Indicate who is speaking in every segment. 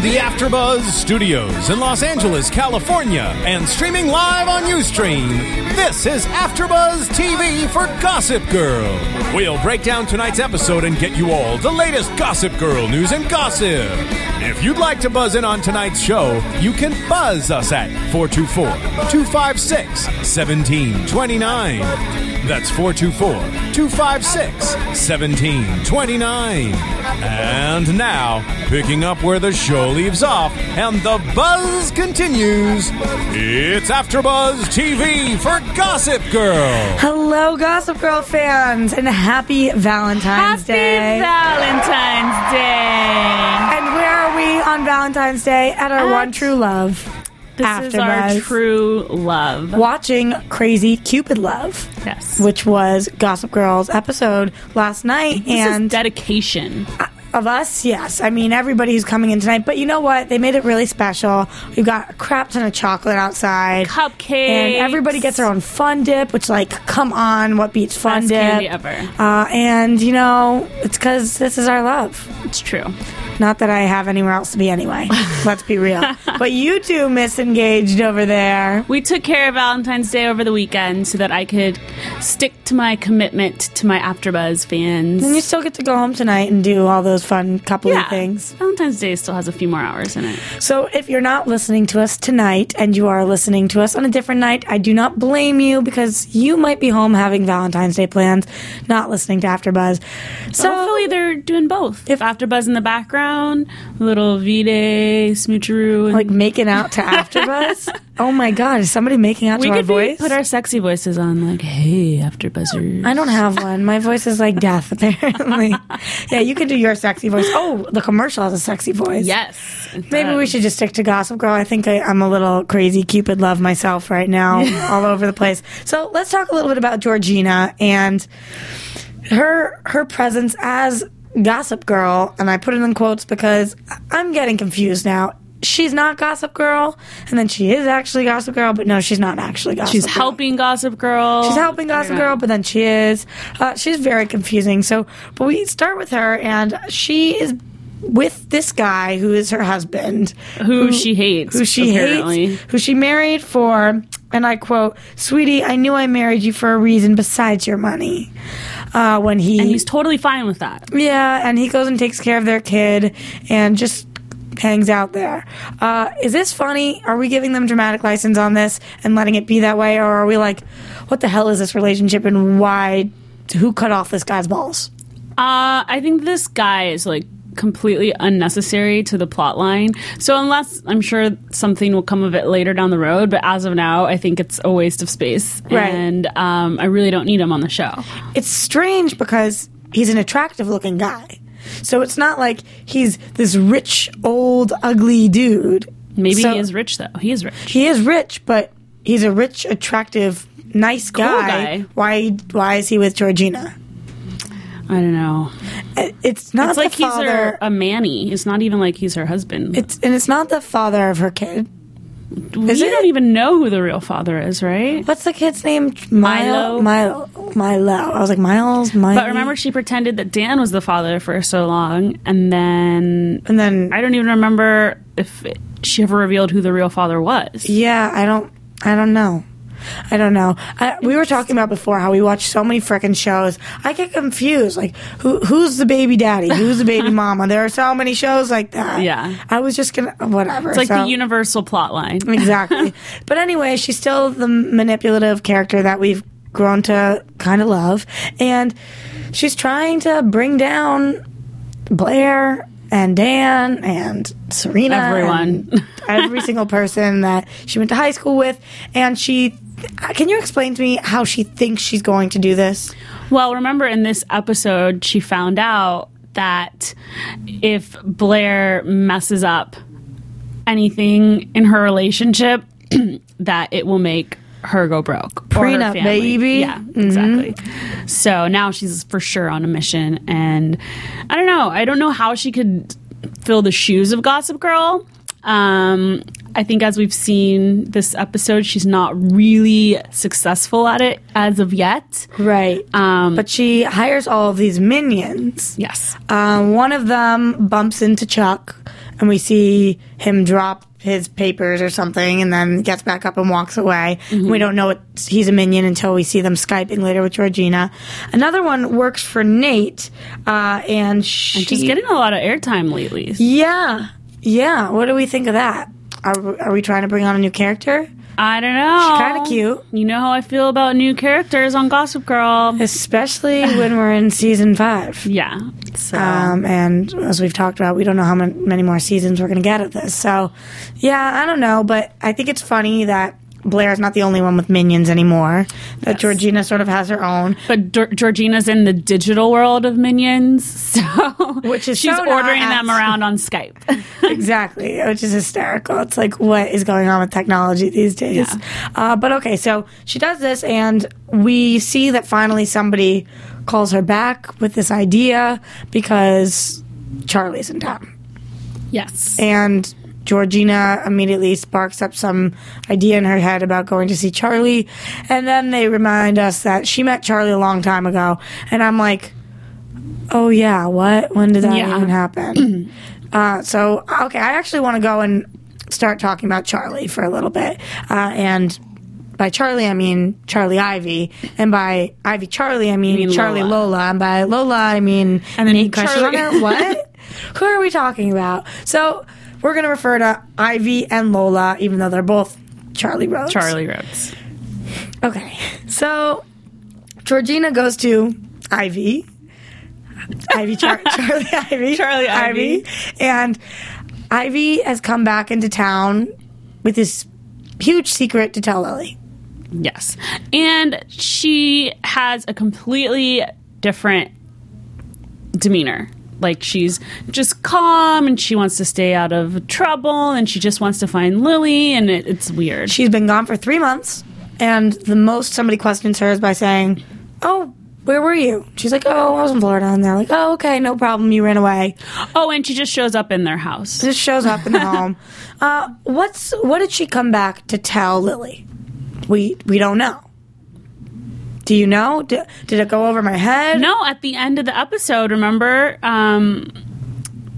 Speaker 1: the AfterBuzz Studios in Los Angeles, California, and streaming live on UStream, this is AfterBuzz TV for Gossip Girl. We'll break down tonight's episode and get you all the latest Gossip Girl news and gossip. If you'd like to buzz in on tonight's show, you can buzz us at 424-256-1729. That's 424-256-1729. And now, picking up where the show leaves off and the buzz continues, it's AfterBuzz TV for Gossip Girl.
Speaker 2: Hello, Gossip Girl fans, and happy Valentine's
Speaker 3: Happy
Speaker 2: Day.
Speaker 3: Valentine's Day.
Speaker 2: and where are we on Valentine's Day? At our
Speaker 3: At-
Speaker 2: one true love.
Speaker 3: This is our
Speaker 2: AfterBuzz.
Speaker 3: true love.
Speaker 2: Watching Crazy Cupid Love,
Speaker 3: Yes.
Speaker 2: which was Gossip Girl's episode last night,
Speaker 3: This is
Speaker 2: and
Speaker 3: dedication.
Speaker 2: of us, yes. I mean, everybody's coming in tonight, but you know what? They made it really special. We've got a crap ton of chocolate outside.
Speaker 3: Cupcakes.
Speaker 2: And everybody gets their own fun dip, which, like, come on, what beats fun
Speaker 3: Best
Speaker 2: dip?
Speaker 3: candy ever.
Speaker 2: Uh, and, you know, it's because this is our love.
Speaker 3: It's true.
Speaker 2: Not that I have anywhere else to be anyway. Let's be real. But you two misengaged over there.
Speaker 3: We took care of Valentine's Day over the weekend so that I could stick to my commitment to my AfterBuzz fans.
Speaker 2: And you still get to go home tonight and do all those fun couple
Speaker 3: yeah.
Speaker 2: of things.
Speaker 3: Valentine's Day still has a few more hours in it.
Speaker 2: So if you're not listening to us tonight and you are listening to us on a different night, I do not blame you because you might be home having Valentine's Day plans, not listening to AfterBuzz. So
Speaker 3: Hopefully they're doing both. If AfterBuzz in the background, little V-Day, Smoocheroo. And
Speaker 2: like making out to AfterBuzz. oh my God, is somebody making out
Speaker 3: we
Speaker 2: to
Speaker 3: could
Speaker 2: our
Speaker 3: be-
Speaker 2: voice?
Speaker 3: put our sexy voices on like, hey, AfterBuzzers.
Speaker 2: I don't have one. My voice is like death, apparently. yeah, you can do your sexy voice. Oh, the commercial has a sexy voice.
Speaker 3: Yes. it
Speaker 2: Maybe we
Speaker 3: does.
Speaker 2: should just stick to Gossip Girl. I think I, I'm a little crazy Cupid love myself right now, all over the place. So let's talk a little bit about Georgina and her her presence as Gossip Girl, and I put it in quotes because I'm getting confused now. She's not Gossip Girl, and then she is actually Gossip Girl, but no, she's not actually Gossip
Speaker 3: She's
Speaker 2: Girl.
Speaker 3: helping Gossip Girl.
Speaker 2: She's helping Gossip Girl, but then she is. Uh, she's very confusing. So, but we start with her, and she is with this guy who is her husband,
Speaker 3: Who she hates,
Speaker 2: who she
Speaker 3: apparently.
Speaker 2: hates, who she married for. And I quote, "Sweetie, I knew I married you for a reason besides your money." Uh, when he,
Speaker 3: And he's totally fine with that.
Speaker 2: yeah, and he goes and takes care of their kid, and just hangs out there. Uh, is this funny? Are we giving them dramatic license on this and letting it be that way, or are we like, what the hell is this relationship and why? Who cut off this guy's balls?
Speaker 3: Uh, I think this guy is like completely unnecessary to the plot line. So unless I'm sure something will come of it later down the road, but as of now, I think it's a waste of space.
Speaker 2: Right.
Speaker 3: And um, I really don't need him on the show.
Speaker 2: It's strange because he's an attractive looking guy. So it's not like he's this rich, old, ugly dude.
Speaker 3: Maybe
Speaker 2: So-
Speaker 3: he is rich though. He is rich.
Speaker 2: He is rich, but he's a rich, attractive, nice guy.
Speaker 3: guy.
Speaker 2: Why? Why is he with Georgina?
Speaker 3: I don't know.
Speaker 2: It's not
Speaker 3: It's like
Speaker 2: the
Speaker 3: he's
Speaker 2: father.
Speaker 3: her a manny. It's not even like he's her husband.
Speaker 2: It's and it's not the father of her kid.
Speaker 3: we
Speaker 2: is it?
Speaker 3: don't even know who the real father is, right?
Speaker 2: What's the kid's name? Milo.
Speaker 3: Milo.
Speaker 2: Milo. Milo. I was like Miles. Milo.
Speaker 3: But remember, she pretended that Dan was the father for so long, and then
Speaker 2: and then
Speaker 3: I don't even remember if she ever revealed who the real father was.
Speaker 2: yeah, I don't. I don't know. I don't know. I, we were talking about before how we watch so many freaking shows. I get confused. Like, who who's the baby daddy? Who's the baby mama? There are so many shows like that.
Speaker 3: Yeah.
Speaker 2: I was just gonna whatever.
Speaker 3: It's like
Speaker 2: so-
Speaker 3: the universal plot line.
Speaker 2: Exactly. but anyway, she's still the manipulative character that we've grown to kind of love. And she's trying to bring down Blair and Dan and Serena.
Speaker 3: Everyone.
Speaker 2: and every single person that she went to high school with. And she. Can you explain to me how she thinks she's going to do this?
Speaker 3: Well, remember in this episode, she found out that if Blair messes up anything in her relationship, that it will make her go broke. or her
Speaker 2: Prenup,
Speaker 3: family.
Speaker 2: baby. Mm-hmm.
Speaker 3: Yeah, exactly. So now she's for sure on a mission. And I don't know. I don't know how she could fill the shoes of Gossip Girl. Um, I think as we've seen this episode, she's not really successful at it as of yet.
Speaker 2: Right. Um, but she hires all of these minions.
Speaker 3: Yes.
Speaker 2: Um, one of them bumps into Chuck, and we see him drop his papers or something, and then gets back up and walks away. We don't know what he's a minion until we see them skyping later with Georgina. Another one works for Nate, uh, and, she,
Speaker 3: And she's getting a lot of airtime lately.
Speaker 2: yeah, yeah. What do we think of that? Are, are we trying to bring on a new character?
Speaker 3: I don't know.
Speaker 2: She's kinda cute.
Speaker 3: You know how I feel about new characters on Gossip Girl.
Speaker 2: Especially when we're in season five.
Speaker 3: Yeah. So
Speaker 2: Um, and as we've talked about, we don't know how mon- many more seasons we're going to get of this. So, yeah, I don't know, but I think it's funny that Blair's not the only one with minions anymore. That Georgina sort of has her own.
Speaker 3: But Dor- Georgina's in the digital world of minions, so
Speaker 2: Which is
Speaker 3: she's
Speaker 2: so not
Speaker 3: ordering
Speaker 2: us.
Speaker 3: them around on Skype.
Speaker 2: exactly, which is hysterical. It's like, what is going on with technology these days? Uh, but okay, so she does this, and we see that finally somebody calls her back with this idea because Charlie's in town.
Speaker 3: yes,
Speaker 2: and Georgina immediately sparks up some idea in her head about going to see Charlie. And then they remind us that she met Charlie a long time ago. And I'm like, oh, yeah, what? When did that
Speaker 3: Yeah.
Speaker 2: even happen? uh, so, okay, I actually want to go and start talking about Charlie for a little bit. Uh, and by Charlie, I mean Charlie Ivy. And by Ivy Charlie, I mean,
Speaker 3: mean
Speaker 2: Charlie
Speaker 3: Lola.
Speaker 2: Lola. And by Lola, I mean
Speaker 3: And then
Speaker 2: Nate crushes on
Speaker 3: Charlie.
Speaker 2: her. What? Who are we talking about? So we're going to refer to Ivy and Lola, even though they're both Charlie Rhodes.
Speaker 3: Charlie Rhodes.
Speaker 2: Okay. So Georgina goes to Ivy. Ivy, Char- Charlie Ivy.
Speaker 3: Charlie Ivy.
Speaker 2: And Ivy has come back into town with this huge secret to tell Lily.
Speaker 3: Yes, and she has a completely different demeanor. Like she's just calm, and she wants to stay out of trouble, and she just wants to find Lily, and it, it's weird.
Speaker 2: She's been gone for three months, and the most somebody questions her is by saying, Oh, where were you? She's like, Oh, I was in Florida. And they're like, Oh, okay, no problem. You ran away.
Speaker 3: oh, and she just shows up in their house.
Speaker 2: Just shows up in the home. Uh, what's what did she come back to tell Lily? We we don't know. Do you know? Did, did it go over my head?
Speaker 3: No, at the end of the episode, remember, um,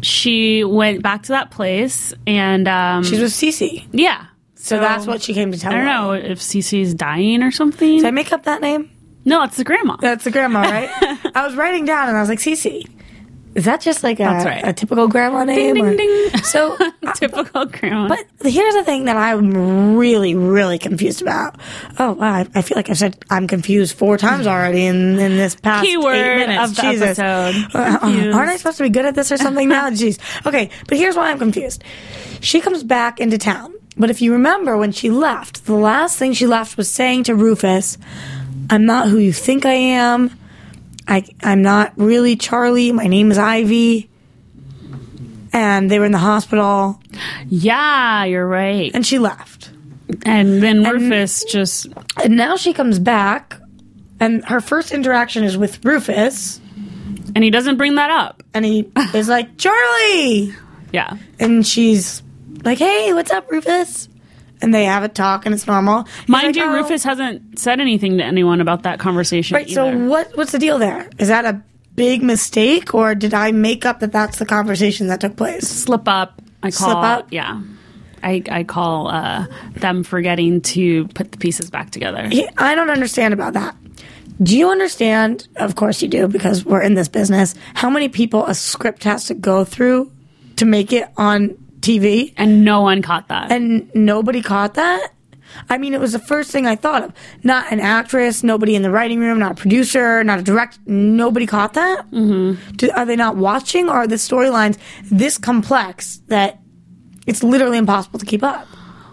Speaker 3: she went back to that place and um,
Speaker 2: She's with Cece.
Speaker 3: yeah.
Speaker 2: So that's what she came to tell
Speaker 3: I don't
Speaker 2: Lily.
Speaker 3: know if Cece's dying or something.
Speaker 2: Did I make up that name?
Speaker 3: no, it's the grandma.
Speaker 2: That's the grandma, right? I was writing down and I was like, Cece. Is that just like a,
Speaker 3: right.
Speaker 2: a typical grandma name?
Speaker 3: ding,
Speaker 2: or-
Speaker 3: ding.
Speaker 2: So
Speaker 3: Typical grandma.
Speaker 2: But here's the thing that I'm really, really confused about. Oh, wow. I, I feel like I've said I'm confused four times already in, in this past
Speaker 3: Keyword
Speaker 2: eight minutes.
Speaker 3: of the
Speaker 2: Jesus.
Speaker 3: episode.
Speaker 2: Uh, uh,
Speaker 3: Confused.
Speaker 2: aren't I supposed to be good at this or something now? Jeez. Okay, but here's why I'm confused. She comes back into town. But if you remember when she left, the last thing she left was saying to Rufus, I'm not who you think I am. I, I'm not really Charlie. My name is Ivy. And they were in the hospital
Speaker 3: yeah, you're right.
Speaker 2: and she left.
Speaker 3: And then Rufus just
Speaker 2: And now she comes back, and her first interaction is with Rufus,
Speaker 3: and he doesn't bring that up.
Speaker 2: and he is like, Charlie!
Speaker 3: Yeah.
Speaker 2: And she's like, hey, what's up, Rufus? And they have a talk, and it's normal. He's
Speaker 3: Mind
Speaker 2: like,
Speaker 3: you,
Speaker 2: "Oh."
Speaker 3: Rufus hasn't said anything to anyone about that conversation
Speaker 2: Right, so
Speaker 3: either.
Speaker 2: what, what's the deal there? Is that a big mistake, or did I make up that that's the conversation that took place?
Speaker 3: slip up. I call
Speaker 2: Slip up?
Speaker 3: Yeah. I, I call uh, them forgetting to put the pieces back together.
Speaker 2: He- I don't understand about that. Do you understand? Of course you do, because we're in this business. How many people a script has to go through to make it on TV?
Speaker 3: And no one caught that.
Speaker 2: and nobody caught that. I mean, it was the first thing I thought of. Not an actress, nobody in the writing room, not a producer, not a direct. Nobody caught that. Mm-hmm. Do, are they not watching? Or are the storylines this complex that it's literally impossible to keep up?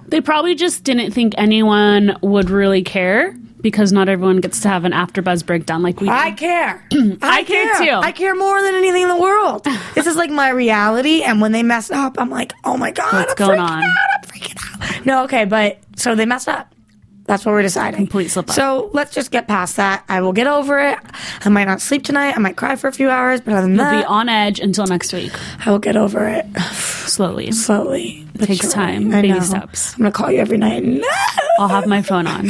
Speaker 3: they probably just didn't think anyone would really care because not everyone gets to have an after buzz breakdown like we do.
Speaker 2: I care.
Speaker 3: Mm. I care too.
Speaker 2: I care more than anything in the world. this is like my reality. And when they mess up, I'm like, oh my god,
Speaker 3: What's
Speaker 2: I'm
Speaker 3: going
Speaker 2: freaking
Speaker 3: on?
Speaker 2: out. I'm freaking out. No, okay, but so they messed up. That's what we're deciding.
Speaker 3: Complete slip up.
Speaker 2: So let's just get past that. I will get over it. I might not sleep tonight. I might cry for a few hours, but other than
Speaker 3: Be
Speaker 2: that,
Speaker 3: on edge until next week.
Speaker 2: I will get over it
Speaker 3: Slowly.
Speaker 2: slowly. But
Speaker 3: Takes
Speaker 2: surely.
Speaker 3: time.
Speaker 2: I
Speaker 3: Baby
Speaker 2: know.
Speaker 3: steps.
Speaker 2: I'm gonna call you every night. No.
Speaker 3: I'll have my phone on.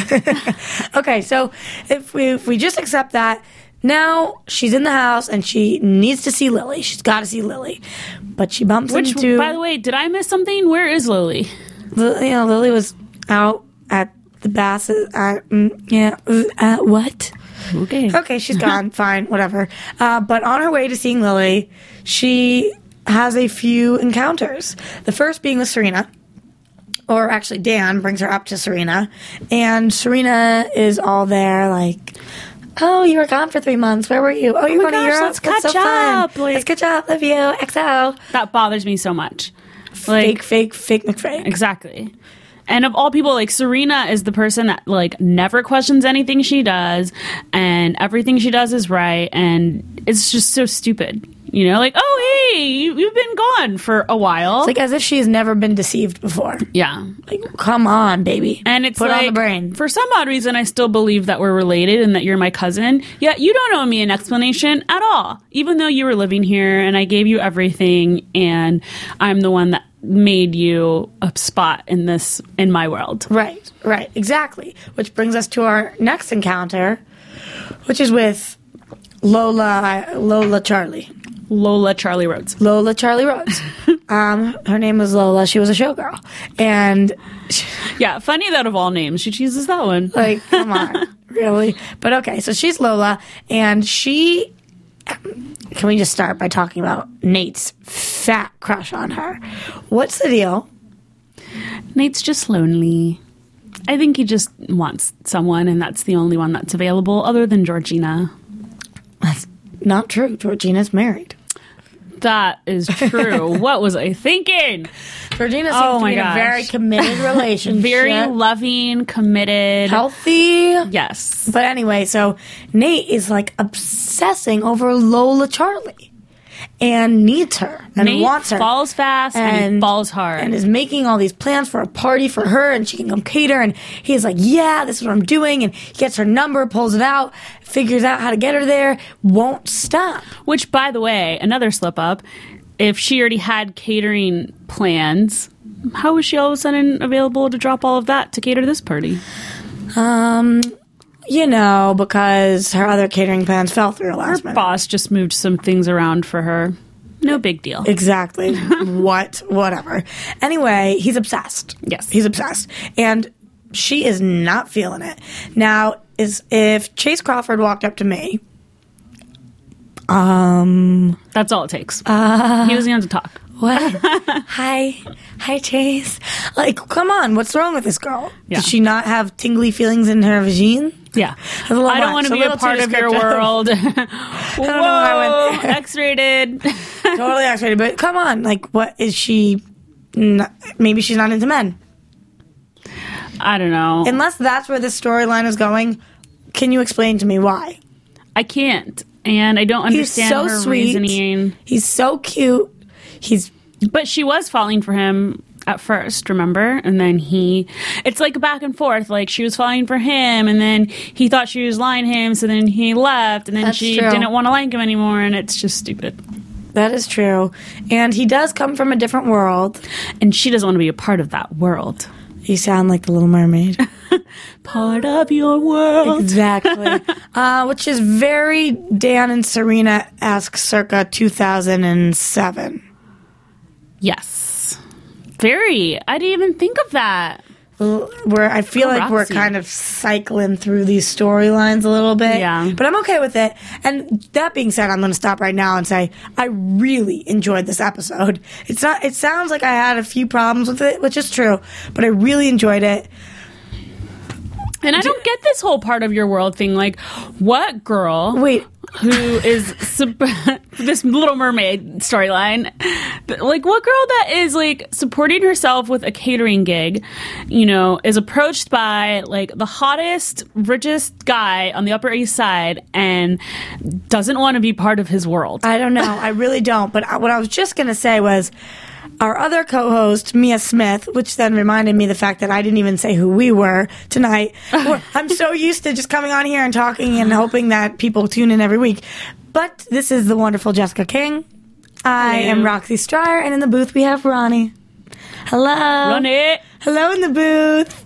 Speaker 2: Okay, so if we if we just accept that, now she's in the house and she needs to see Lily. She's got to see Lily, but she bumps
Speaker 3: Which,
Speaker 2: into.
Speaker 3: by the way, did I miss something? Where is Lily?
Speaker 2: Lily, you know, Lily was out at the bass. At, mm, yeah, uh, at what?
Speaker 3: Okay.
Speaker 2: Okay, she's gone. fine, whatever. Uh, but on her way to seeing Lily, she has a few encounters. The first being with Serena. Or actually, Dan brings her up to Serena, and Serena is all there, like, "Oh, you were gone for three months. Where were you? Oh, you're
Speaker 3: my
Speaker 2: going to
Speaker 3: gosh,
Speaker 2: Europe.
Speaker 3: let's
Speaker 2: That's
Speaker 3: catch
Speaker 2: so fun.
Speaker 3: up, like-
Speaker 2: let's catch up. Love you. XO.
Speaker 3: That bothers me so much.
Speaker 2: Fake, fake, fake McFake.
Speaker 3: Exactly. And of all people, like Serena is the person that like never questions anything she does, and everything she does is right, and it's just so stupid. You know, like oh hey, you, you've been gone for a while.
Speaker 2: Like as if she's never been deceived before.
Speaker 3: yeah,
Speaker 2: Like, come on, baby.
Speaker 3: and it's
Speaker 2: put
Speaker 3: like
Speaker 2: on the brain.
Speaker 3: for some odd reason I still believe that we're related and that you're my cousin. Yet you don't owe me an explanation at all, even though you were living here and I gave you everything, and I'm the one that made you a spot in this in my world.
Speaker 2: Right, right, exactly. Which brings us to our next encounter, which is with Lola, Lola Charlie,
Speaker 3: Lola Charlie Rhodes.
Speaker 2: Lola Charlie Rhodes. um, her name was Lola. She was a showgirl, and
Speaker 3: Yeah, funny that of all names, she chooses that one.
Speaker 2: like, come on, really? But okay, so she's Lola, and she. Can we just start by talking about Nate's fat crush on her? What's the deal?
Speaker 3: Nate's just lonely. I think he just wants someone, and that's the only one that's available other than Georgina.
Speaker 2: That's not true. Georgina's married.
Speaker 3: That is true. what was I thinking?
Speaker 2: Georgina seems
Speaker 3: Oh
Speaker 2: to
Speaker 3: my
Speaker 2: be in a
Speaker 3: gosh.
Speaker 2: very committed relationship.
Speaker 3: Very loving, committed.
Speaker 2: healthy.
Speaker 3: Yes.
Speaker 2: But anyway, so Nate is like obsessing over Lola Charlie and needs her and
Speaker 3: Nate
Speaker 2: wants her.
Speaker 3: falls fast and, he falls hard.
Speaker 2: and is making all these plans for a party for her and she can come cater and he's like yeah this is what i'm doing and he gets her number pulls it out figures out how to get her there won't stop
Speaker 3: Which, by the way, another slip up. If she already had catering plans, how was she all of a sudden available to drop all of that to cater this party?
Speaker 2: um you know because her other catering plans fell through last minute
Speaker 3: boss just moved some things around for her. No big deal.
Speaker 2: Exactly. what? Whatever. Anyway, he's obsessed.
Speaker 3: Yes.
Speaker 2: He's obsessed. And she is not feeling it. Now, is if Chase Crawford walked up to me,
Speaker 3: That's all it takes.
Speaker 2: Ah.
Speaker 3: he doesn't have to talk.
Speaker 2: what? hi. Hi Chase. Like, come on, what's wrong with this girl?
Speaker 3: Yeah.
Speaker 2: Does she not have tingly feelings in her vagina?
Speaker 3: Yeah.
Speaker 2: a little
Speaker 3: I
Speaker 2: much.
Speaker 3: don't want
Speaker 2: It's
Speaker 3: to
Speaker 2: a
Speaker 3: be a
Speaker 2: little too
Speaker 3: part of your
Speaker 2: descriptive.
Speaker 3: world.
Speaker 2: know why I went
Speaker 3: Whoa,
Speaker 2: there.
Speaker 3: X-rated.
Speaker 2: totally activated, but come on, like what is she not, maybe she's not into men.
Speaker 3: I don't know.
Speaker 2: Unless that's where this storyline is going, can you explain to me why?
Speaker 3: I can't. And I don't
Speaker 2: He's
Speaker 3: understand
Speaker 2: so
Speaker 3: her
Speaker 2: sweet.
Speaker 3: reasoning.
Speaker 2: He's so cute. He's
Speaker 3: But she was falling for him at first, remember? And then he it's like back and forth. Like she was falling for him and then he thought she was lying to him, so then he left and then
Speaker 2: That's
Speaker 3: she
Speaker 2: true.
Speaker 3: didn't want to like him anymore and it's just stupid.
Speaker 2: that is true, and he does come from a different world.
Speaker 3: And she doesn't want to be a part of that world.
Speaker 2: You sound like the Little Mermaid.
Speaker 3: part of your world.
Speaker 2: exactly, uh, which is very Dan and Serena esque, circa two thousand and seven.
Speaker 3: Yes. Very. I didn't even think of that.
Speaker 2: Where I feel like we're
Speaker 3: Roxy.
Speaker 2: kind of cycling through these storylines a little bit.
Speaker 3: Yeah.
Speaker 2: But I'm okay with it. And that being said, I'm going to stop right now and say I really enjoyed this episode. It's not. It sounds like I had a few problems with it, which is true, but I really enjoyed it.
Speaker 3: And I don't get this whole part of your world thing. Like, what girl
Speaker 2: Wait,
Speaker 3: who is sup- this Little Mermaid storyline? but, Like, what girl that is like supporting herself with a catering gig, you know, is approached by like the hottest, richest guy on the Upper East Side and doesn't want to be part of his world?
Speaker 2: I don't know. I really don't. But I, what I was just going to say was our other co-host Mia Smith, which then reminded me the fact that I didn't even say who we were tonight. We're- I'm so used to just coming on here and talking and hoping that people tune in every week. But this is the wonderful Jessica King. I am Roxy Stryer, and in the booth we have Ronnie. Hello,
Speaker 3: Run it.
Speaker 2: Hello in the booth.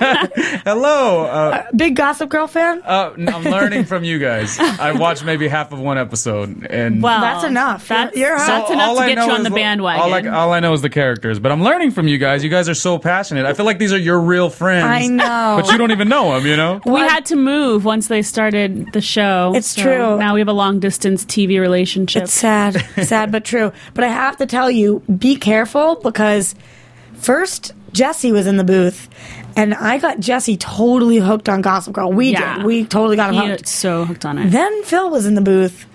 Speaker 4: Hello. Uh,
Speaker 2: Big Gossip Girl fan.
Speaker 4: uh, n- I'm learning from you guys. I watched maybe half of one episode, and
Speaker 3: Well,
Speaker 2: That's enough. You're-
Speaker 3: That's,
Speaker 2: you're hot.
Speaker 3: that's
Speaker 2: So
Speaker 3: enough
Speaker 4: all
Speaker 3: to
Speaker 4: I
Speaker 3: get
Speaker 4: know
Speaker 3: you on
Speaker 4: is
Speaker 3: the
Speaker 4: the-
Speaker 3: bandwagon.
Speaker 4: All I, all I know is the characters, but I'm learning from you guys. You guys are so passionate. I feel like these are your real friends.
Speaker 2: I know.
Speaker 4: But you don't even know them, you know?
Speaker 3: we had to move once they started the show.
Speaker 2: It's
Speaker 3: so
Speaker 2: true.
Speaker 3: Now we have a long distance TV relationship.
Speaker 2: It's sad, sad but true. But I have to tell you, be careful because first Jesse was in the booth, and I got Jesse totally hooked on Gossip Girl. We
Speaker 3: Yeah.
Speaker 2: did. We totally got him
Speaker 3: He-
Speaker 2: hooked.
Speaker 3: so hooked on it.
Speaker 2: Then Phil was in the booth.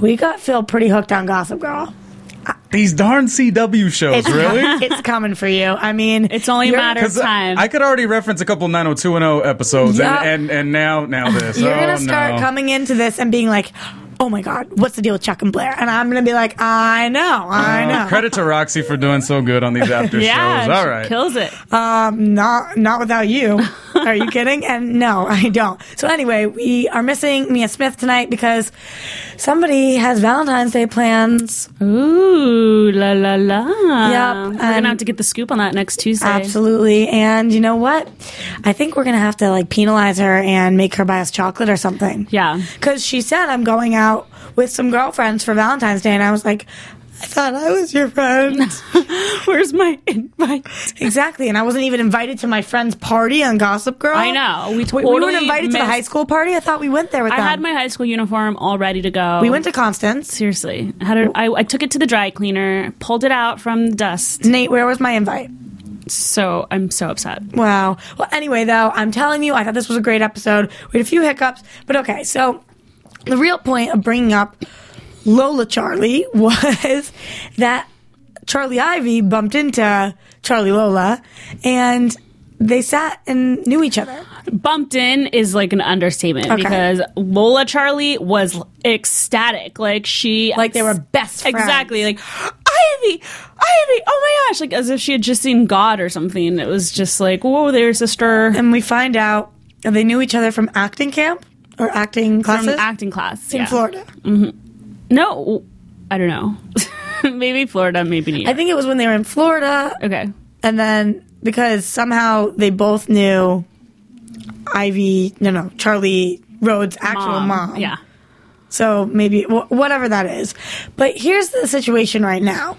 Speaker 2: We got Phil pretty hooked on Gossip Girl.
Speaker 4: These darn CW shows, really?
Speaker 2: it's coming for you. I mean,
Speaker 3: It's only a
Speaker 2: you're-
Speaker 3: matter of
Speaker 4: 'Cause
Speaker 3: time.
Speaker 4: I could already reference a couple 90210 episodes,
Speaker 2: Yeah.
Speaker 4: and, and, and now now this.
Speaker 2: You're
Speaker 4: oh,
Speaker 2: gonna start
Speaker 4: no.
Speaker 2: coming into this and being like, "Oh my God, what's the deal with Chuck and Blair?" And I'm gonna be like, "I know, I
Speaker 4: Oh,
Speaker 2: know."
Speaker 4: credit to Roxy for doing so good on these after
Speaker 3: yeah,
Speaker 4: shows. All
Speaker 3: she
Speaker 4: right.
Speaker 3: kills it.
Speaker 2: not not without you. Are you kidding? And no, I don't. So anyway, we are missing Mia Smith tonight because somebody has Valentine's Day plans.
Speaker 3: Ooh la la la. We're
Speaker 2: and-
Speaker 3: gonna have to get the scoop on that next Tuesday.
Speaker 2: Absolutely. And you know what? I think we're gonna have to like penalize her and make her buy us chocolate or something.
Speaker 3: Yeah.
Speaker 2: Because she said I'm going out with some girlfriends for Valentine's Day, and I was like. I thought I was your friend.
Speaker 3: Where's my invite?
Speaker 2: exactly. And I wasn't even invited to my friend's party on Gossip Girl.
Speaker 3: I know. We
Speaker 2: We, we
Speaker 3: totally
Speaker 2: weren't invited to the
Speaker 3: missed-
Speaker 2: high school party. I thought we went there with
Speaker 3: I
Speaker 2: them.
Speaker 3: had my high school uniform all ready um, to go.
Speaker 2: we went to Constance.
Speaker 3: seriously. I Had a, I, I took it to the dry cleaner, pulled it out from the dust.
Speaker 2: Nate, where was my invite?
Speaker 3: So I'm so upset.
Speaker 2: Wow. Well, anyway, though, I'm telling you, I thought this was a great episode. We had a few hiccups, but okay. So, the real point of bringing up Lola Charlie was that Charlie Ivy bumped into Charlie Lola and they sat and knew each other.
Speaker 3: bumped in is like an understatement
Speaker 2: Okay.
Speaker 3: because Lola Charlie was ecstatic. Like she
Speaker 2: Like they were best friends.
Speaker 3: Exactly. Like Ivy, Ivy, oh my gosh. Like as if she had just seen God or something. It was just like, whoa there, sister.
Speaker 2: And we find out that they knew each other from acting camp or acting
Speaker 3: From
Speaker 2: classes
Speaker 3: acting class.
Speaker 2: in
Speaker 3: yeah.
Speaker 2: Florida.
Speaker 3: No. I don't know. maybe Florida, maybe New York.
Speaker 2: I think it was when they were in Florida
Speaker 3: okay.
Speaker 2: And then because somehow they both knew Ivy, no, no, Charlie Rhodes' actual Oh, mom.
Speaker 3: Um, Yeah.
Speaker 2: So maybe wh- whatever that is. But here's the situation right now.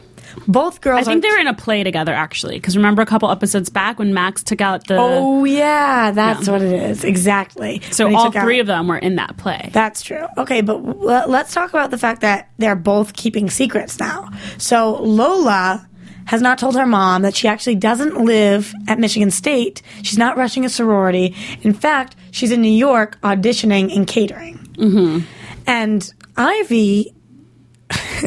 Speaker 2: Both
Speaker 3: I
Speaker 2: girls
Speaker 3: think
Speaker 2: are.
Speaker 3: they were in a play together actually. Because remember a couple episodes back when Max took out the
Speaker 2: Oh, yeah, that's
Speaker 3: Yeah.
Speaker 2: what it is. Exactly.
Speaker 3: so
Speaker 2: When he
Speaker 3: all
Speaker 2: took out-
Speaker 3: three of them were in that play.
Speaker 2: That's true. Okay, but w- let's talk about the fact that they're both keeping secrets now. So Lola has not told her mom that she actually doesn't live at Michigan State. She's not rushing a sorority. In fact, she's in New York auditioning and catering. Mm-hmm. And Ivy,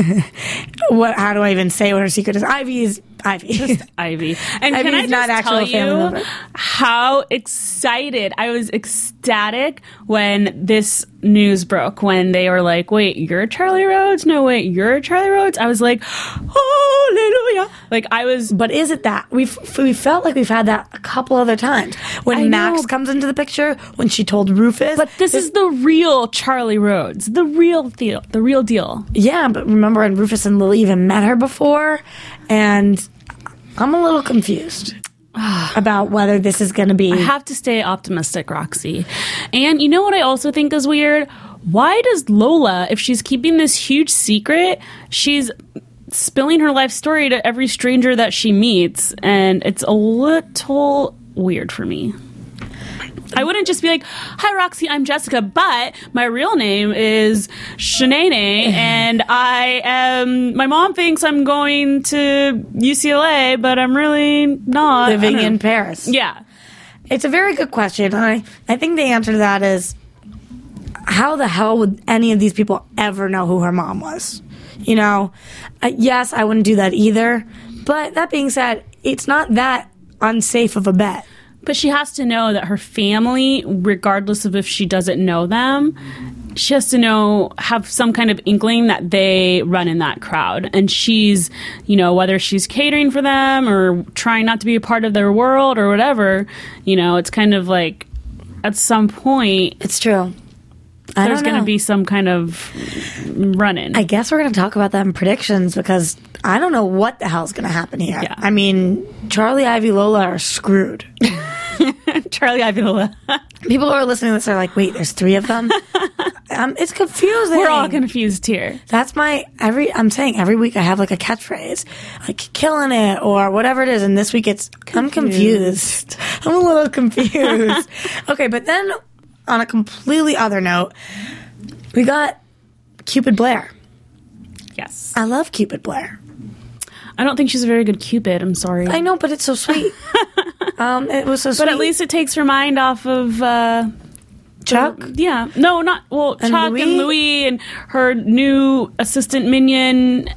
Speaker 2: what? How do I even say what her secret is? Ivy is Ivy.
Speaker 3: Ivy. And
Speaker 2: Ivy's
Speaker 3: can I just
Speaker 2: not
Speaker 3: tell
Speaker 2: actual family member.
Speaker 3: you how excited I was ecstatic when this news broke when they were like, "Wait, you're Charlie Rhodes? No, wait, you're Charlie Rhodes." I was like, "Hallelujah!" Like I was.
Speaker 2: But is it that we've we felt like we've had that a couple other times when
Speaker 3: I
Speaker 2: Max
Speaker 3: know.
Speaker 2: comes into the picture when she told Rufus.
Speaker 3: But this is the real Charlie Rhodes, the real deal, the real deal.
Speaker 2: yeah. But remember, when Rufus and Lily even met her before, and I'm a little confused about whether this is going to be.
Speaker 3: You have to stay optimistic, Roxy. And you know what I also think is weird? Why does Lola, if she's keeping this huge secret, she's spilling her life story to every stranger that she meets, and it's a little weird for me. I wouldn't just be like, "Hi, Roxy, I'm Jessica," but my real name is Shanae, and I am. My mom thinks I'm going to UCLA, but I'm really not I
Speaker 2: Living
Speaker 3: don't
Speaker 2: in
Speaker 3: know.
Speaker 2: Paris.
Speaker 3: Yeah,
Speaker 2: It's a very good question. And I, I think the answer to that is how the hell would any of these people ever know who her mom was? You know, uh, yes, I wouldn't do that either. But that being said, it's not that unsafe of a bet.
Speaker 3: But she has to know that her family, regardless of if she doesn't know them, she has to know have some kind of inkling that they run in that crowd and she's you know whether she's catering for them or trying not to be a part of their world or whatever you know it's kind of like at some point
Speaker 2: It's true. I
Speaker 3: there's
Speaker 2: don't know.
Speaker 3: going to be some kind of run-in
Speaker 2: I guess we're going to talk about that in predictions because I don't know what the hell's going to happen here.
Speaker 3: Yeah.
Speaker 2: I mean, Charlie, Ivy, Lola are screwed.
Speaker 3: charlie ivanola
Speaker 2: People who are listening to this are like, wait, there's three of them? um, it's confusing.
Speaker 3: we're all confused here
Speaker 2: That's my every. I'm saying every week I have like a catchphrase, like killing it or whatever it is. And this week it's I'm confused. I'm a little confused. okay, but then on a completely other note, we got Cupid Blair.
Speaker 3: yes
Speaker 2: I love Cupid Blair.
Speaker 3: i don't think she's a very good cupid i'm sorry
Speaker 2: I know, but it's so sweet. um, it was so sweet.
Speaker 3: but at least it takes her mind off of uh
Speaker 2: Chuck.
Speaker 3: Yeah. No, not well.
Speaker 2: And
Speaker 3: Chuck
Speaker 2: Louis?
Speaker 3: and Louis and her new assistant minion.